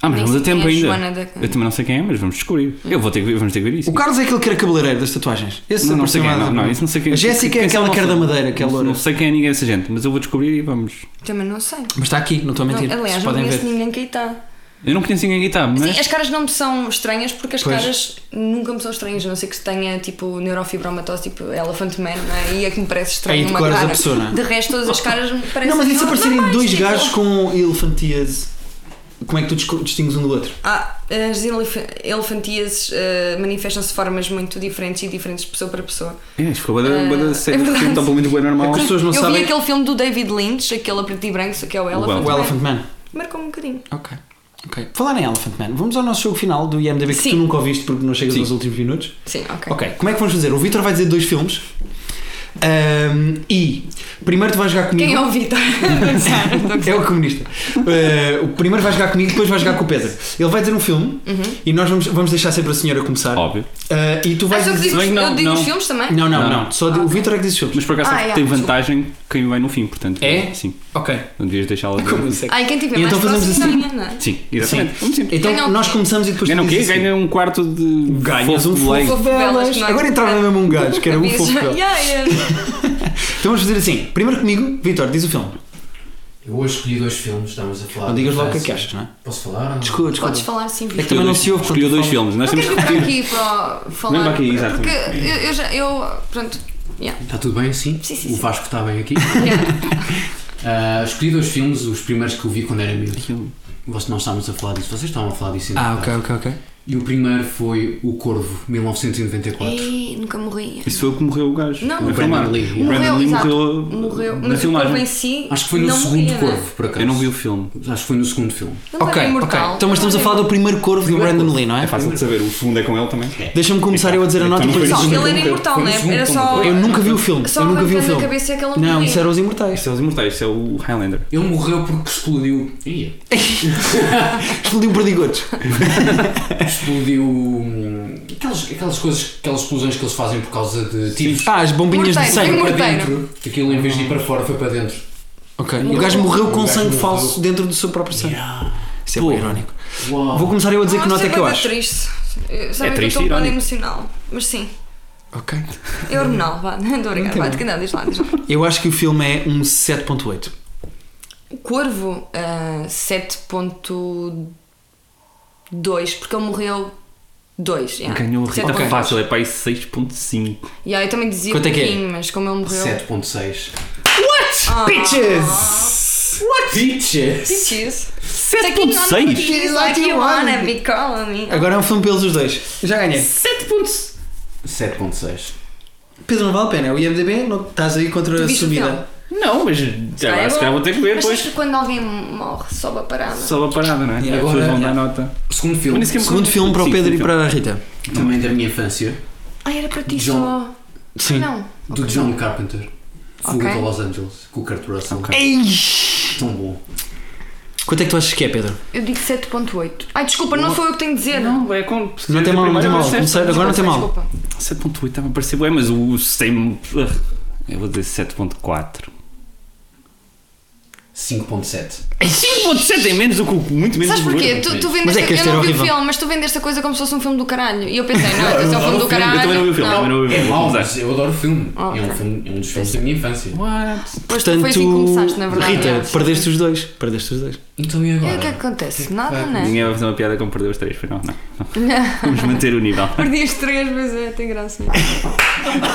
[SPEAKER 3] Ah, mas
[SPEAKER 2] Nem
[SPEAKER 3] vamos a
[SPEAKER 2] sei
[SPEAKER 3] tempo
[SPEAKER 2] quem é a
[SPEAKER 3] ainda.
[SPEAKER 2] Joana da- Hum.
[SPEAKER 3] Eu também não sei quem é, mas vamos descobrir. Eu vou ter que ver, vamos ter que ver isso.
[SPEAKER 1] O Carlos é aquele que era cabeleireiro das tatuagens. Esse
[SPEAKER 3] não, não sei quem é,
[SPEAKER 1] aproximado-
[SPEAKER 3] não, não, isso não sei quem
[SPEAKER 1] A Jéssica é
[SPEAKER 3] quem são,
[SPEAKER 1] aquela
[SPEAKER 3] não
[SPEAKER 1] que era da
[SPEAKER 3] sei.
[SPEAKER 1] Madeira, aquela
[SPEAKER 3] Não
[SPEAKER 1] loura.
[SPEAKER 3] sei quem é ninguém essa gente, mas eu vou descobrir e vamos.
[SPEAKER 2] Também não sei.
[SPEAKER 1] Mas está aqui, não estou a
[SPEAKER 2] Não,
[SPEAKER 1] mentir.
[SPEAKER 2] aliás,
[SPEAKER 1] Vocês
[SPEAKER 2] não
[SPEAKER 1] podem
[SPEAKER 2] conheço
[SPEAKER 1] ver.
[SPEAKER 2] ninguém que aí está.
[SPEAKER 3] Eu não conheço ninguém aqui, tá, mas.
[SPEAKER 2] Sim, é as caras não me são estranhas porque as
[SPEAKER 1] Pois.
[SPEAKER 2] caras nunca me são estranhas, a não ser que se tenha tipo neurofibromatose, tipo Elephant Man, não é? e é que me parece
[SPEAKER 1] Aí
[SPEAKER 2] estranho numa
[SPEAKER 1] decoras a
[SPEAKER 2] cara.
[SPEAKER 1] pessoa, não é?
[SPEAKER 2] De resto, todas as caras me parecem.
[SPEAKER 1] Não, mas e se
[SPEAKER 2] nor-
[SPEAKER 1] aparecerem
[SPEAKER 2] normais,
[SPEAKER 1] dois
[SPEAKER 2] tipo-
[SPEAKER 1] gajos com elefantíase? Como é que tu disco- distingues um do outro?
[SPEAKER 2] Ah, as elef- elefantíases eh, manifestam-se de formas muito diferentes e diferentes de pessoa para pessoa.
[SPEAKER 3] É, isto foi bada,
[SPEAKER 2] Ah,
[SPEAKER 3] bada
[SPEAKER 2] é
[SPEAKER 3] sério.
[SPEAKER 2] verdade. É
[SPEAKER 3] Então, pelo menos, bem normal.
[SPEAKER 1] As pessoas não
[SPEAKER 2] Eu
[SPEAKER 1] sabem.
[SPEAKER 2] vi aquele filme do David Lynch, aquele a preto e branco, que é o Elephant.
[SPEAKER 1] O
[SPEAKER 2] Man.
[SPEAKER 1] Elephant Man.
[SPEAKER 2] Marcou um bocadinho.
[SPEAKER 1] Ok. Ok. Falar em Elephant Man, vamos ao nosso jogo final do IMDB que
[SPEAKER 2] Sim.
[SPEAKER 1] tu nunca ouviste porque não chegas
[SPEAKER 3] Sim.
[SPEAKER 1] aos últimos minutos.
[SPEAKER 2] Sim, ok.
[SPEAKER 1] Ok. Como é que vamos fazer? O Vitor vai dizer dois filmes. Ahm, e primeiro tu vais jogar comigo.
[SPEAKER 2] Quem é o Vitor?
[SPEAKER 1] (laughs) É o comunista. Eh, o primeiro vai jogar comigo, depois vai jogar com o Pedro. Ele vai dizer um filme
[SPEAKER 2] Uhum.
[SPEAKER 1] e nós vamos, vamos deixar sempre a senhora começar.
[SPEAKER 3] Óbvio.
[SPEAKER 1] Eh, e tu
[SPEAKER 2] Ah,
[SPEAKER 1] vais
[SPEAKER 2] só que
[SPEAKER 1] dizer.
[SPEAKER 2] digo,
[SPEAKER 3] Se bem que não,
[SPEAKER 2] eu digo
[SPEAKER 3] não.
[SPEAKER 2] os filmes também?
[SPEAKER 1] Não, não,
[SPEAKER 3] Não.
[SPEAKER 1] não. Só de- o Vitor é que diz os filmes.
[SPEAKER 3] Mas por acaso
[SPEAKER 2] Ah,
[SPEAKER 3] sabe que
[SPEAKER 2] é,
[SPEAKER 3] tem
[SPEAKER 2] desculpa.
[SPEAKER 3] vantagem quem vai no fim, portanto.
[SPEAKER 1] É?
[SPEAKER 3] Sim.
[SPEAKER 2] (laughs)
[SPEAKER 1] Ok.
[SPEAKER 3] Não devias deixá-la. de-
[SPEAKER 1] Como assim?
[SPEAKER 2] Ai, quem tiver
[SPEAKER 1] E
[SPEAKER 2] mais
[SPEAKER 1] então fazemos
[SPEAKER 2] próximo
[SPEAKER 1] assim.
[SPEAKER 2] ganha, não é?
[SPEAKER 3] Sim, exatamente. Vamos sim.
[SPEAKER 1] Então
[SPEAKER 2] Ganha o
[SPEAKER 1] nós
[SPEAKER 2] quê?
[SPEAKER 1] começamos e depois
[SPEAKER 3] Ganha
[SPEAKER 1] tu
[SPEAKER 3] o quê?
[SPEAKER 1] dizes assim.
[SPEAKER 3] Ganha um quarto de.
[SPEAKER 1] Ganhas um
[SPEAKER 3] fofo de leite.
[SPEAKER 1] fofo
[SPEAKER 2] Fofobelas,
[SPEAKER 1] belas.
[SPEAKER 2] não é?
[SPEAKER 1] Agora entrava mesmo um gajo que era um
[SPEAKER 2] Diz- (laughs)
[SPEAKER 1] fofo belas.
[SPEAKER 2] Yeah, yeah.
[SPEAKER 1] Então vamos fazer assim. Primeiro comigo, Vitor, diz o filme.
[SPEAKER 4] Eu hoje escolhi dois filmes, estamos a falar.
[SPEAKER 1] Não
[SPEAKER 4] de
[SPEAKER 1] digas logo o que é
[SPEAKER 4] infância.
[SPEAKER 1] que achas, não é?
[SPEAKER 4] Posso falar? ou não?
[SPEAKER 1] Desculpa, desculpa.
[SPEAKER 2] Podes falar sim,
[SPEAKER 1] É
[SPEAKER 2] Vitor.
[SPEAKER 1] que também não se ouve.
[SPEAKER 3] Escolheu dois filmes. Nós
[SPEAKER 2] Não
[SPEAKER 3] temos
[SPEAKER 2] queres
[SPEAKER 3] que
[SPEAKER 2] vir para
[SPEAKER 3] repetir.
[SPEAKER 2] aqui para falar?
[SPEAKER 3] Vem para aqui, exato.
[SPEAKER 2] Porque eu, eu já. Eu, pronto. Yeah.
[SPEAKER 4] Está tudo bem assim?
[SPEAKER 2] Sim, sim,
[SPEAKER 4] O
[SPEAKER 2] sim.
[SPEAKER 4] Vasco está
[SPEAKER 2] (laughs)
[SPEAKER 4] bem aqui.
[SPEAKER 2] Yeah.
[SPEAKER 4] Ah, escolhi dois filmes, os primeiros que eu vi quando era miúdo. Vocês não estávamos a falar disso, vocês estavam a falar disso ainda.
[SPEAKER 1] Ah,
[SPEAKER 4] há
[SPEAKER 1] ok,
[SPEAKER 4] bocado.
[SPEAKER 1] ok, ok.
[SPEAKER 4] E o primeiro foi O Corvo, 1994.
[SPEAKER 2] Ei, nunca morri.
[SPEAKER 3] Isso foi o que morreu o gajo.
[SPEAKER 2] Não,
[SPEAKER 3] Na
[SPEAKER 2] o
[SPEAKER 4] Brandon
[SPEAKER 3] filmagem.
[SPEAKER 4] Lee.
[SPEAKER 3] O Brandon Lee
[SPEAKER 2] exato.
[SPEAKER 3] morreu.
[SPEAKER 2] Morreu.
[SPEAKER 3] Na
[SPEAKER 2] Mas o corpo em
[SPEAKER 3] filmagem.
[SPEAKER 2] si.
[SPEAKER 4] Acho que foi no
[SPEAKER 2] não
[SPEAKER 4] segundo
[SPEAKER 2] morria, não é?
[SPEAKER 4] Corvo, por acaso.
[SPEAKER 3] Eu não vi o filme.
[SPEAKER 4] Acho que foi no segundo filme.
[SPEAKER 2] Não é
[SPEAKER 1] Ok,
[SPEAKER 2] era
[SPEAKER 1] ok.
[SPEAKER 2] imortal.
[SPEAKER 1] Então, mas estamos a falar do primeiro corvo do Brandon Lee, não é?
[SPEAKER 3] É fácil de saber. O segundo é com ele também.
[SPEAKER 1] Deixa-me começar eu a dizer a nota e
[SPEAKER 3] Então
[SPEAKER 1] depois
[SPEAKER 3] não
[SPEAKER 1] diz
[SPEAKER 3] foi
[SPEAKER 1] o
[SPEAKER 2] Não,
[SPEAKER 1] meu.
[SPEAKER 2] ele era imortal, não
[SPEAKER 4] Foi no
[SPEAKER 2] é? Era
[SPEAKER 4] segundo
[SPEAKER 2] só.
[SPEAKER 4] Corvo.
[SPEAKER 1] Eu nunca vi o filme.
[SPEAKER 2] Só
[SPEAKER 1] Eu nunca vi o
[SPEAKER 2] arrancando a
[SPEAKER 1] filme.
[SPEAKER 2] cabeça é que ele não
[SPEAKER 1] Não,
[SPEAKER 2] morria.
[SPEAKER 1] isso era Os Imortais.
[SPEAKER 3] Isso é os imortais. Isso é o Highlander.
[SPEAKER 4] Ele morreu porque explodiu. Ia.
[SPEAKER 1] Explodiu perdigotes.
[SPEAKER 4] explodiu hum, aquelas, aquelas coisas, aquelas explosões que eles fazem por causa de tiros
[SPEAKER 1] Ah, as bombinhas de
[SPEAKER 2] Morteiro,
[SPEAKER 1] sangue.
[SPEAKER 2] foi
[SPEAKER 4] para
[SPEAKER 2] morteiro.
[SPEAKER 4] dentro. Aquilo em vez de ir para fora foi para dentro.
[SPEAKER 1] Ok. E o gajo morreu com
[SPEAKER 4] O gajo
[SPEAKER 1] sangue
[SPEAKER 4] morreu.
[SPEAKER 1] falso dentro do seu próprio sangue. Isso é bem
[SPEAKER 3] Pô.
[SPEAKER 1] irónico.
[SPEAKER 4] Uau.
[SPEAKER 1] Vou começar eu a dizer
[SPEAKER 2] Ah,
[SPEAKER 1] que nota
[SPEAKER 2] sei
[SPEAKER 1] é que eu
[SPEAKER 2] bem,
[SPEAKER 1] acho.
[SPEAKER 2] triste. Eu- Sabe
[SPEAKER 3] É
[SPEAKER 2] que eu
[SPEAKER 3] triste
[SPEAKER 2] estou
[SPEAKER 3] e
[SPEAKER 2] um bocado
[SPEAKER 3] irónico.
[SPEAKER 2] emocional. Mas sim,
[SPEAKER 1] Ok.
[SPEAKER 2] é hormonal. Vá, (laughs) não obrigada.
[SPEAKER 1] Muito
[SPEAKER 2] Vai,
[SPEAKER 1] bem.
[SPEAKER 2] de canal, diz lá, diz lá.
[SPEAKER 1] Eu acho que o filme é um 7.8.
[SPEAKER 2] O Corvo, ah, 7.2, porque ele morreu 2. Yeah.
[SPEAKER 3] Ganhou o Rita
[SPEAKER 2] 7.2.
[SPEAKER 3] Fácil. É para aí 6.5.
[SPEAKER 2] Yeah, ah, eu também dizia
[SPEAKER 1] Quanto é que é?
[SPEAKER 2] pouquinho, mas como ele morreu.
[SPEAKER 4] 7.6.
[SPEAKER 2] Ah.
[SPEAKER 1] Bitches!
[SPEAKER 4] Bitches!
[SPEAKER 2] Bitches.
[SPEAKER 3] 7.6?
[SPEAKER 2] Bitches like you wanna be calling me.
[SPEAKER 1] Agora é um filme pelos os dois. Já ganhei.
[SPEAKER 4] 7.6.
[SPEAKER 1] Pedro, não vale a pena. O IMDB, não estás aí contra a
[SPEAKER 2] Viste o filme?
[SPEAKER 1] subida.
[SPEAKER 3] Não, mas
[SPEAKER 2] Ah,
[SPEAKER 3] agora
[SPEAKER 2] é
[SPEAKER 3] se calhar
[SPEAKER 2] bom.
[SPEAKER 3] vou ter que ver
[SPEAKER 2] Mas
[SPEAKER 3] depois.
[SPEAKER 2] sabes que quando alguém morre, sobe a parada.
[SPEAKER 3] Só a parada, não é?
[SPEAKER 1] Yeah.
[SPEAKER 3] As pessoas vão
[SPEAKER 1] Agora-
[SPEAKER 3] dar nota.
[SPEAKER 4] Segundo filme,
[SPEAKER 3] Mas nem sequer me
[SPEAKER 1] Segundo
[SPEAKER 3] conta.
[SPEAKER 1] filme para o
[SPEAKER 3] Sim,
[SPEAKER 1] Pedro e
[SPEAKER 3] segundo
[SPEAKER 1] para a Rita.
[SPEAKER 4] também da minha infância,
[SPEAKER 2] Ah, era para ti
[SPEAKER 4] John.
[SPEAKER 2] só.
[SPEAKER 1] Sim.
[SPEAKER 2] Não.
[SPEAKER 4] do John Carpenter. Fuga
[SPEAKER 2] Ok.
[SPEAKER 4] de Los Angeles, com o Kurt Russell.
[SPEAKER 3] Ok.
[SPEAKER 1] Ei!
[SPEAKER 4] Tão bom.
[SPEAKER 1] Quanto é que tu achas que é, Pedro?
[SPEAKER 2] Eu digo 7.8. Ai, desculpa, não sou eu que tenho de dizer.
[SPEAKER 3] Não, é com. se
[SPEAKER 1] Não tem
[SPEAKER 3] quiser
[SPEAKER 1] mal, não tem
[SPEAKER 3] primeiro,
[SPEAKER 1] mal.
[SPEAKER 3] vai ser.
[SPEAKER 1] Comecei, agora não tem mal.
[SPEAKER 2] Desculpa.
[SPEAKER 3] 7.8 estava a parecer bem, mas o same. Eu vou dizer 7.4.
[SPEAKER 4] 5.7.
[SPEAKER 3] 5.7 é menos do que o- muito menos
[SPEAKER 2] Sabes
[SPEAKER 3] do que o
[SPEAKER 2] porquê?
[SPEAKER 3] Bruno,
[SPEAKER 2] Tu, tu
[SPEAKER 1] Mas
[SPEAKER 2] vendeste,
[SPEAKER 3] por isso.
[SPEAKER 1] é que
[SPEAKER 2] eu
[SPEAKER 1] este era
[SPEAKER 2] não vi o
[SPEAKER 1] horrível.
[SPEAKER 2] filme, mas tu vendeste a coisa como se fosse um filme do caralho. E eu pensei,
[SPEAKER 1] (laughs)
[SPEAKER 2] não,
[SPEAKER 3] Eu
[SPEAKER 2] este é um
[SPEAKER 3] adoro
[SPEAKER 2] filme
[SPEAKER 3] o
[SPEAKER 2] do
[SPEAKER 3] filme, eu
[SPEAKER 2] caralho.
[SPEAKER 3] também não vi o filme, eu também não vi o
[SPEAKER 4] É
[SPEAKER 3] filme.
[SPEAKER 4] mau,
[SPEAKER 3] vamos lá.
[SPEAKER 4] mas eu adoro o filme.
[SPEAKER 2] Ah,
[SPEAKER 4] é, um
[SPEAKER 2] ok.
[SPEAKER 4] filme. é um dos filmes da minha infância.
[SPEAKER 3] What?
[SPEAKER 1] Portanto,
[SPEAKER 2] Foi assim que começaste, na verdade.
[SPEAKER 1] Rita,
[SPEAKER 2] É.
[SPEAKER 1] perdeste os dois. Perdeste os dois.
[SPEAKER 4] Então e
[SPEAKER 2] E
[SPEAKER 4] agora?
[SPEAKER 2] o que é que acontece? Nada, né?
[SPEAKER 3] Ninguém vai fazer uma piada como perdeu os três, foi não, não.
[SPEAKER 2] (laughs)
[SPEAKER 3] Vamos manter o nível.
[SPEAKER 2] Perdi as três vezes, é, tem graça.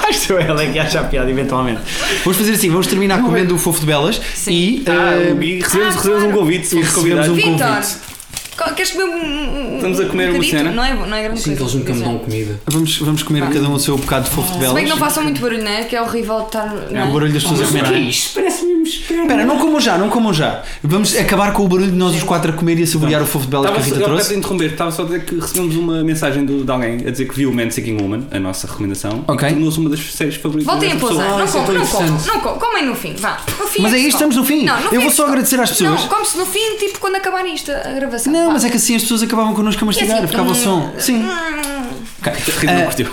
[SPEAKER 1] Acho ela é que acha a piada, eventualmente. Vamos fazer assim, vamos terminar comendo o fofo de belas e.
[SPEAKER 3] Ah,
[SPEAKER 1] eh,
[SPEAKER 3] e recebemos,
[SPEAKER 2] Ah,
[SPEAKER 3] recebemos um
[SPEAKER 2] claro.
[SPEAKER 3] convite, somos
[SPEAKER 1] recebemos
[SPEAKER 3] convidados.
[SPEAKER 1] um
[SPEAKER 2] Vitor,
[SPEAKER 1] convite.
[SPEAKER 2] co- queres comer um- um. um-
[SPEAKER 3] Estamos a comer
[SPEAKER 2] um
[SPEAKER 3] uma
[SPEAKER 2] bocadinho?
[SPEAKER 3] cena.
[SPEAKER 2] Não é, não é grande
[SPEAKER 4] Sim, que
[SPEAKER 2] coisa.
[SPEAKER 4] eles nunca me
[SPEAKER 2] Pois é.
[SPEAKER 4] dão comida.
[SPEAKER 1] Vamos, vamos comer cada um o seu bocado de fofo de
[SPEAKER 2] Se bem
[SPEAKER 1] belas.
[SPEAKER 2] que não façam muito barulho, né? Que é horrível estar.
[SPEAKER 1] É o
[SPEAKER 2] Não é?
[SPEAKER 1] barulho das pessoas a comer. não é?
[SPEAKER 4] isto? Parece mesmo
[SPEAKER 1] Espera, não comam já, não comam já. Vamos acabar com o barulho de nós os quatro a comer e a saborear o fofo de belas que a
[SPEAKER 3] Estava só,
[SPEAKER 1] Rita
[SPEAKER 3] eu acabei
[SPEAKER 1] trouxe.
[SPEAKER 3] de interromper, estava só a dizer que recebemos uma mensagem do- de alguém a dizer que viu o Man Seeking Woman, a nossa recomendação,
[SPEAKER 1] Ok.
[SPEAKER 3] e que tornou-se uma das séries favoritas.
[SPEAKER 2] Voltem a
[SPEAKER 3] desta
[SPEAKER 2] pousar,
[SPEAKER 3] pessoa.
[SPEAKER 2] não
[SPEAKER 4] isso é
[SPEAKER 2] comam,
[SPEAKER 4] tão
[SPEAKER 2] não comam,
[SPEAKER 4] interessante.
[SPEAKER 2] não comam, comem no fim, vá. No fim
[SPEAKER 1] Mas é
[SPEAKER 2] que se
[SPEAKER 1] isto,
[SPEAKER 2] come.
[SPEAKER 1] estamos no fim.
[SPEAKER 2] Não,
[SPEAKER 1] Eu
[SPEAKER 2] no
[SPEAKER 1] vou
[SPEAKER 2] fim é que
[SPEAKER 1] só
[SPEAKER 2] se come.
[SPEAKER 1] agradecer às pessoas.
[SPEAKER 2] Não, come-se no fim, tipo quando acabar isto, a gravação.
[SPEAKER 1] Não,
[SPEAKER 2] vá.
[SPEAKER 1] mas é que assim as pessoas acabavam
[SPEAKER 3] É
[SPEAKER 1] connosco a mastigar,
[SPEAKER 2] assim,
[SPEAKER 1] ficava o som. Sim.
[SPEAKER 3] Ah.
[SPEAKER 1] Ok.
[SPEAKER 3] Rita não
[SPEAKER 1] Ah,
[SPEAKER 3] curtiu.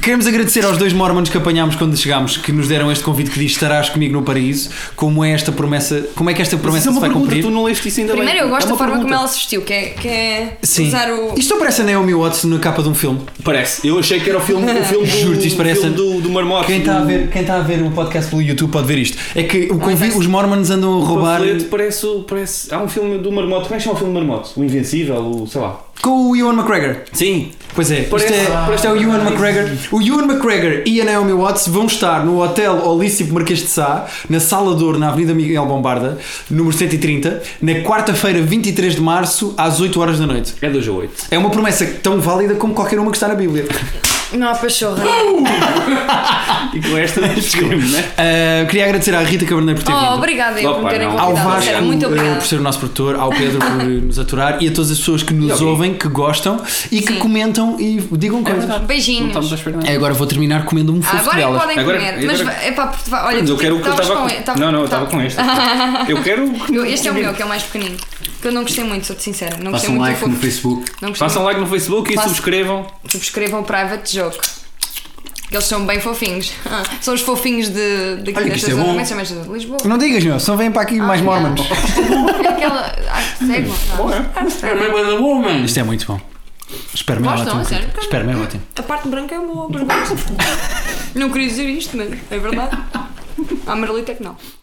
[SPEAKER 1] Queremos agradecer aos dois mormons que apanhámos quando chegámos, que nos deram este convite que diz estarás comigo no paraíso. Como é esta promessa? Como é que esta
[SPEAKER 3] Mas
[SPEAKER 1] promessa
[SPEAKER 3] é uma
[SPEAKER 1] se vai
[SPEAKER 3] pergunta,
[SPEAKER 1] cumprir?
[SPEAKER 3] tu não leste isso ainda
[SPEAKER 2] Primeiro eu
[SPEAKER 3] bem.
[SPEAKER 2] gosto
[SPEAKER 3] É
[SPEAKER 2] da
[SPEAKER 3] uma
[SPEAKER 2] forma como
[SPEAKER 3] pergunta.
[SPEAKER 2] ela se vestiu, que é, que é
[SPEAKER 1] Sim.
[SPEAKER 2] usar o.
[SPEAKER 1] Isto não parece a Naomi Watts na capa de um filme.
[SPEAKER 3] Parece, eu achei que era o filme, o filme do,
[SPEAKER 1] Juro-te, isto parece-
[SPEAKER 3] o filme do, do Marmote.
[SPEAKER 1] Quem está, a
[SPEAKER 3] do-
[SPEAKER 1] ver, quem está a ver o podcast pelo YouTube pode ver isto. É que o convi- os mormons andam a
[SPEAKER 3] do
[SPEAKER 1] roubar
[SPEAKER 3] panfleto, Parece, o- parece, há um filme do Marmote, como é que chama o filme do Marmote? O Invencível, o sei lá.
[SPEAKER 1] com o Ewan McGregor.
[SPEAKER 3] Sim.
[SPEAKER 1] Pois é, isto
[SPEAKER 3] Parece-
[SPEAKER 1] é, isto é o Ewan McGregor. O Ewan McGregor e a Naomi Watts vão estar no Hotel Olímpico Marquês de Sá, na Sala de Ouro, na Avenida Miguel Bombarda, número 130, na quarta-feira, 23 de março, às 8 horas da noite.
[SPEAKER 3] É 2 a 8.
[SPEAKER 1] É uma promessa tão válida como qualquer uma que está na Bíblia.
[SPEAKER 2] Não há pachorra.
[SPEAKER 3] E com esta descobrimos, não é?
[SPEAKER 1] Ah, queria agradecer à Rita Cabernet por ter
[SPEAKER 2] Oh,
[SPEAKER 1] vindo.
[SPEAKER 2] obrigada eu por
[SPEAKER 3] Opa,
[SPEAKER 2] me terem
[SPEAKER 3] não.
[SPEAKER 1] Ao
[SPEAKER 2] convidado.
[SPEAKER 1] Vasco
[SPEAKER 2] Sério, Muito
[SPEAKER 1] eh,
[SPEAKER 2] obrigada.
[SPEAKER 1] por ser o nosso produtor, ao Pedro por nos aturar e a todas as pessoas que nos
[SPEAKER 3] E ao
[SPEAKER 1] ouvem, que gostam e que
[SPEAKER 2] Sim.
[SPEAKER 1] comentam e digam coisas.
[SPEAKER 3] Não
[SPEAKER 2] Beijinhos.
[SPEAKER 3] estamos à espera. nada.
[SPEAKER 1] É, agora vou terminar comendo um fofo
[SPEAKER 2] Agora é que
[SPEAKER 1] delas.
[SPEAKER 2] podem
[SPEAKER 3] Agora-
[SPEAKER 2] comer. Mas
[SPEAKER 3] agora-
[SPEAKER 2] é pá, porque vai- olha,
[SPEAKER 3] Mas eu quero o que eu
[SPEAKER 2] estavas
[SPEAKER 3] estava
[SPEAKER 2] com-
[SPEAKER 3] com.
[SPEAKER 2] tava-
[SPEAKER 3] Não, não, eu
[SPEAKER 2] tava-
[SPEAKER 3] estava com este. Eu quero.
[SPEAKER 2] (laughs) Eu- Este é o meu, que é o mais pequenino. Que eu não gostei muito, sou-te sincera. Não gostei
[SPEAKER 3] um
[SPEAKER 4] Façam
[SPEAKER 2] é muito do
[SPEAKER 4] like no
[SPEAKER 2] fofo.
[SPEAKER 4] Facebook.
[SPEAKER 2] Não gostei
[SPEAKER 3] Façam like no Facebook e
[SPEAKER 2] Façam.
[SPEAKER 3] subscrevam.
[SPEAKER 2] muito. Subscrevam o Private Joke. Que Eles são bem fofinhos. Ah, São os fofinhos de, de
[SPEAKER 4] Olha que
[SPEAKER 2] desta
[SPEAKER 4] isto é
[SPEAKER 2] zona.
[SPEAKER 4] bom.
[SPEAKER 2] Como é que se chama esta zona? Lisboa.
[SPEAKER 1] Não digas, não, só vêm para aqui mais
[SPEAKER 2] não.
[SPEAKER 1] mormons.
[SPEAKER 2] Aquela. Ah, sério?
[SPEAKER 3] (laughs)
[SPEAKER 4] Remember the woman!
[SPEAKER 1] Isto é muito bom. Espero mesmo
[SPEAKER 2] Gostam,
[SPEAKER 1] ótimo.
[SPEAKER 2] a sério?
[SPEAKER 1] Rita. Espero mesmo ótimo.
[SPEAKER 2] A parte branca é boa, mas não queria dizer isto, mas é verdade. A Merlita é que não.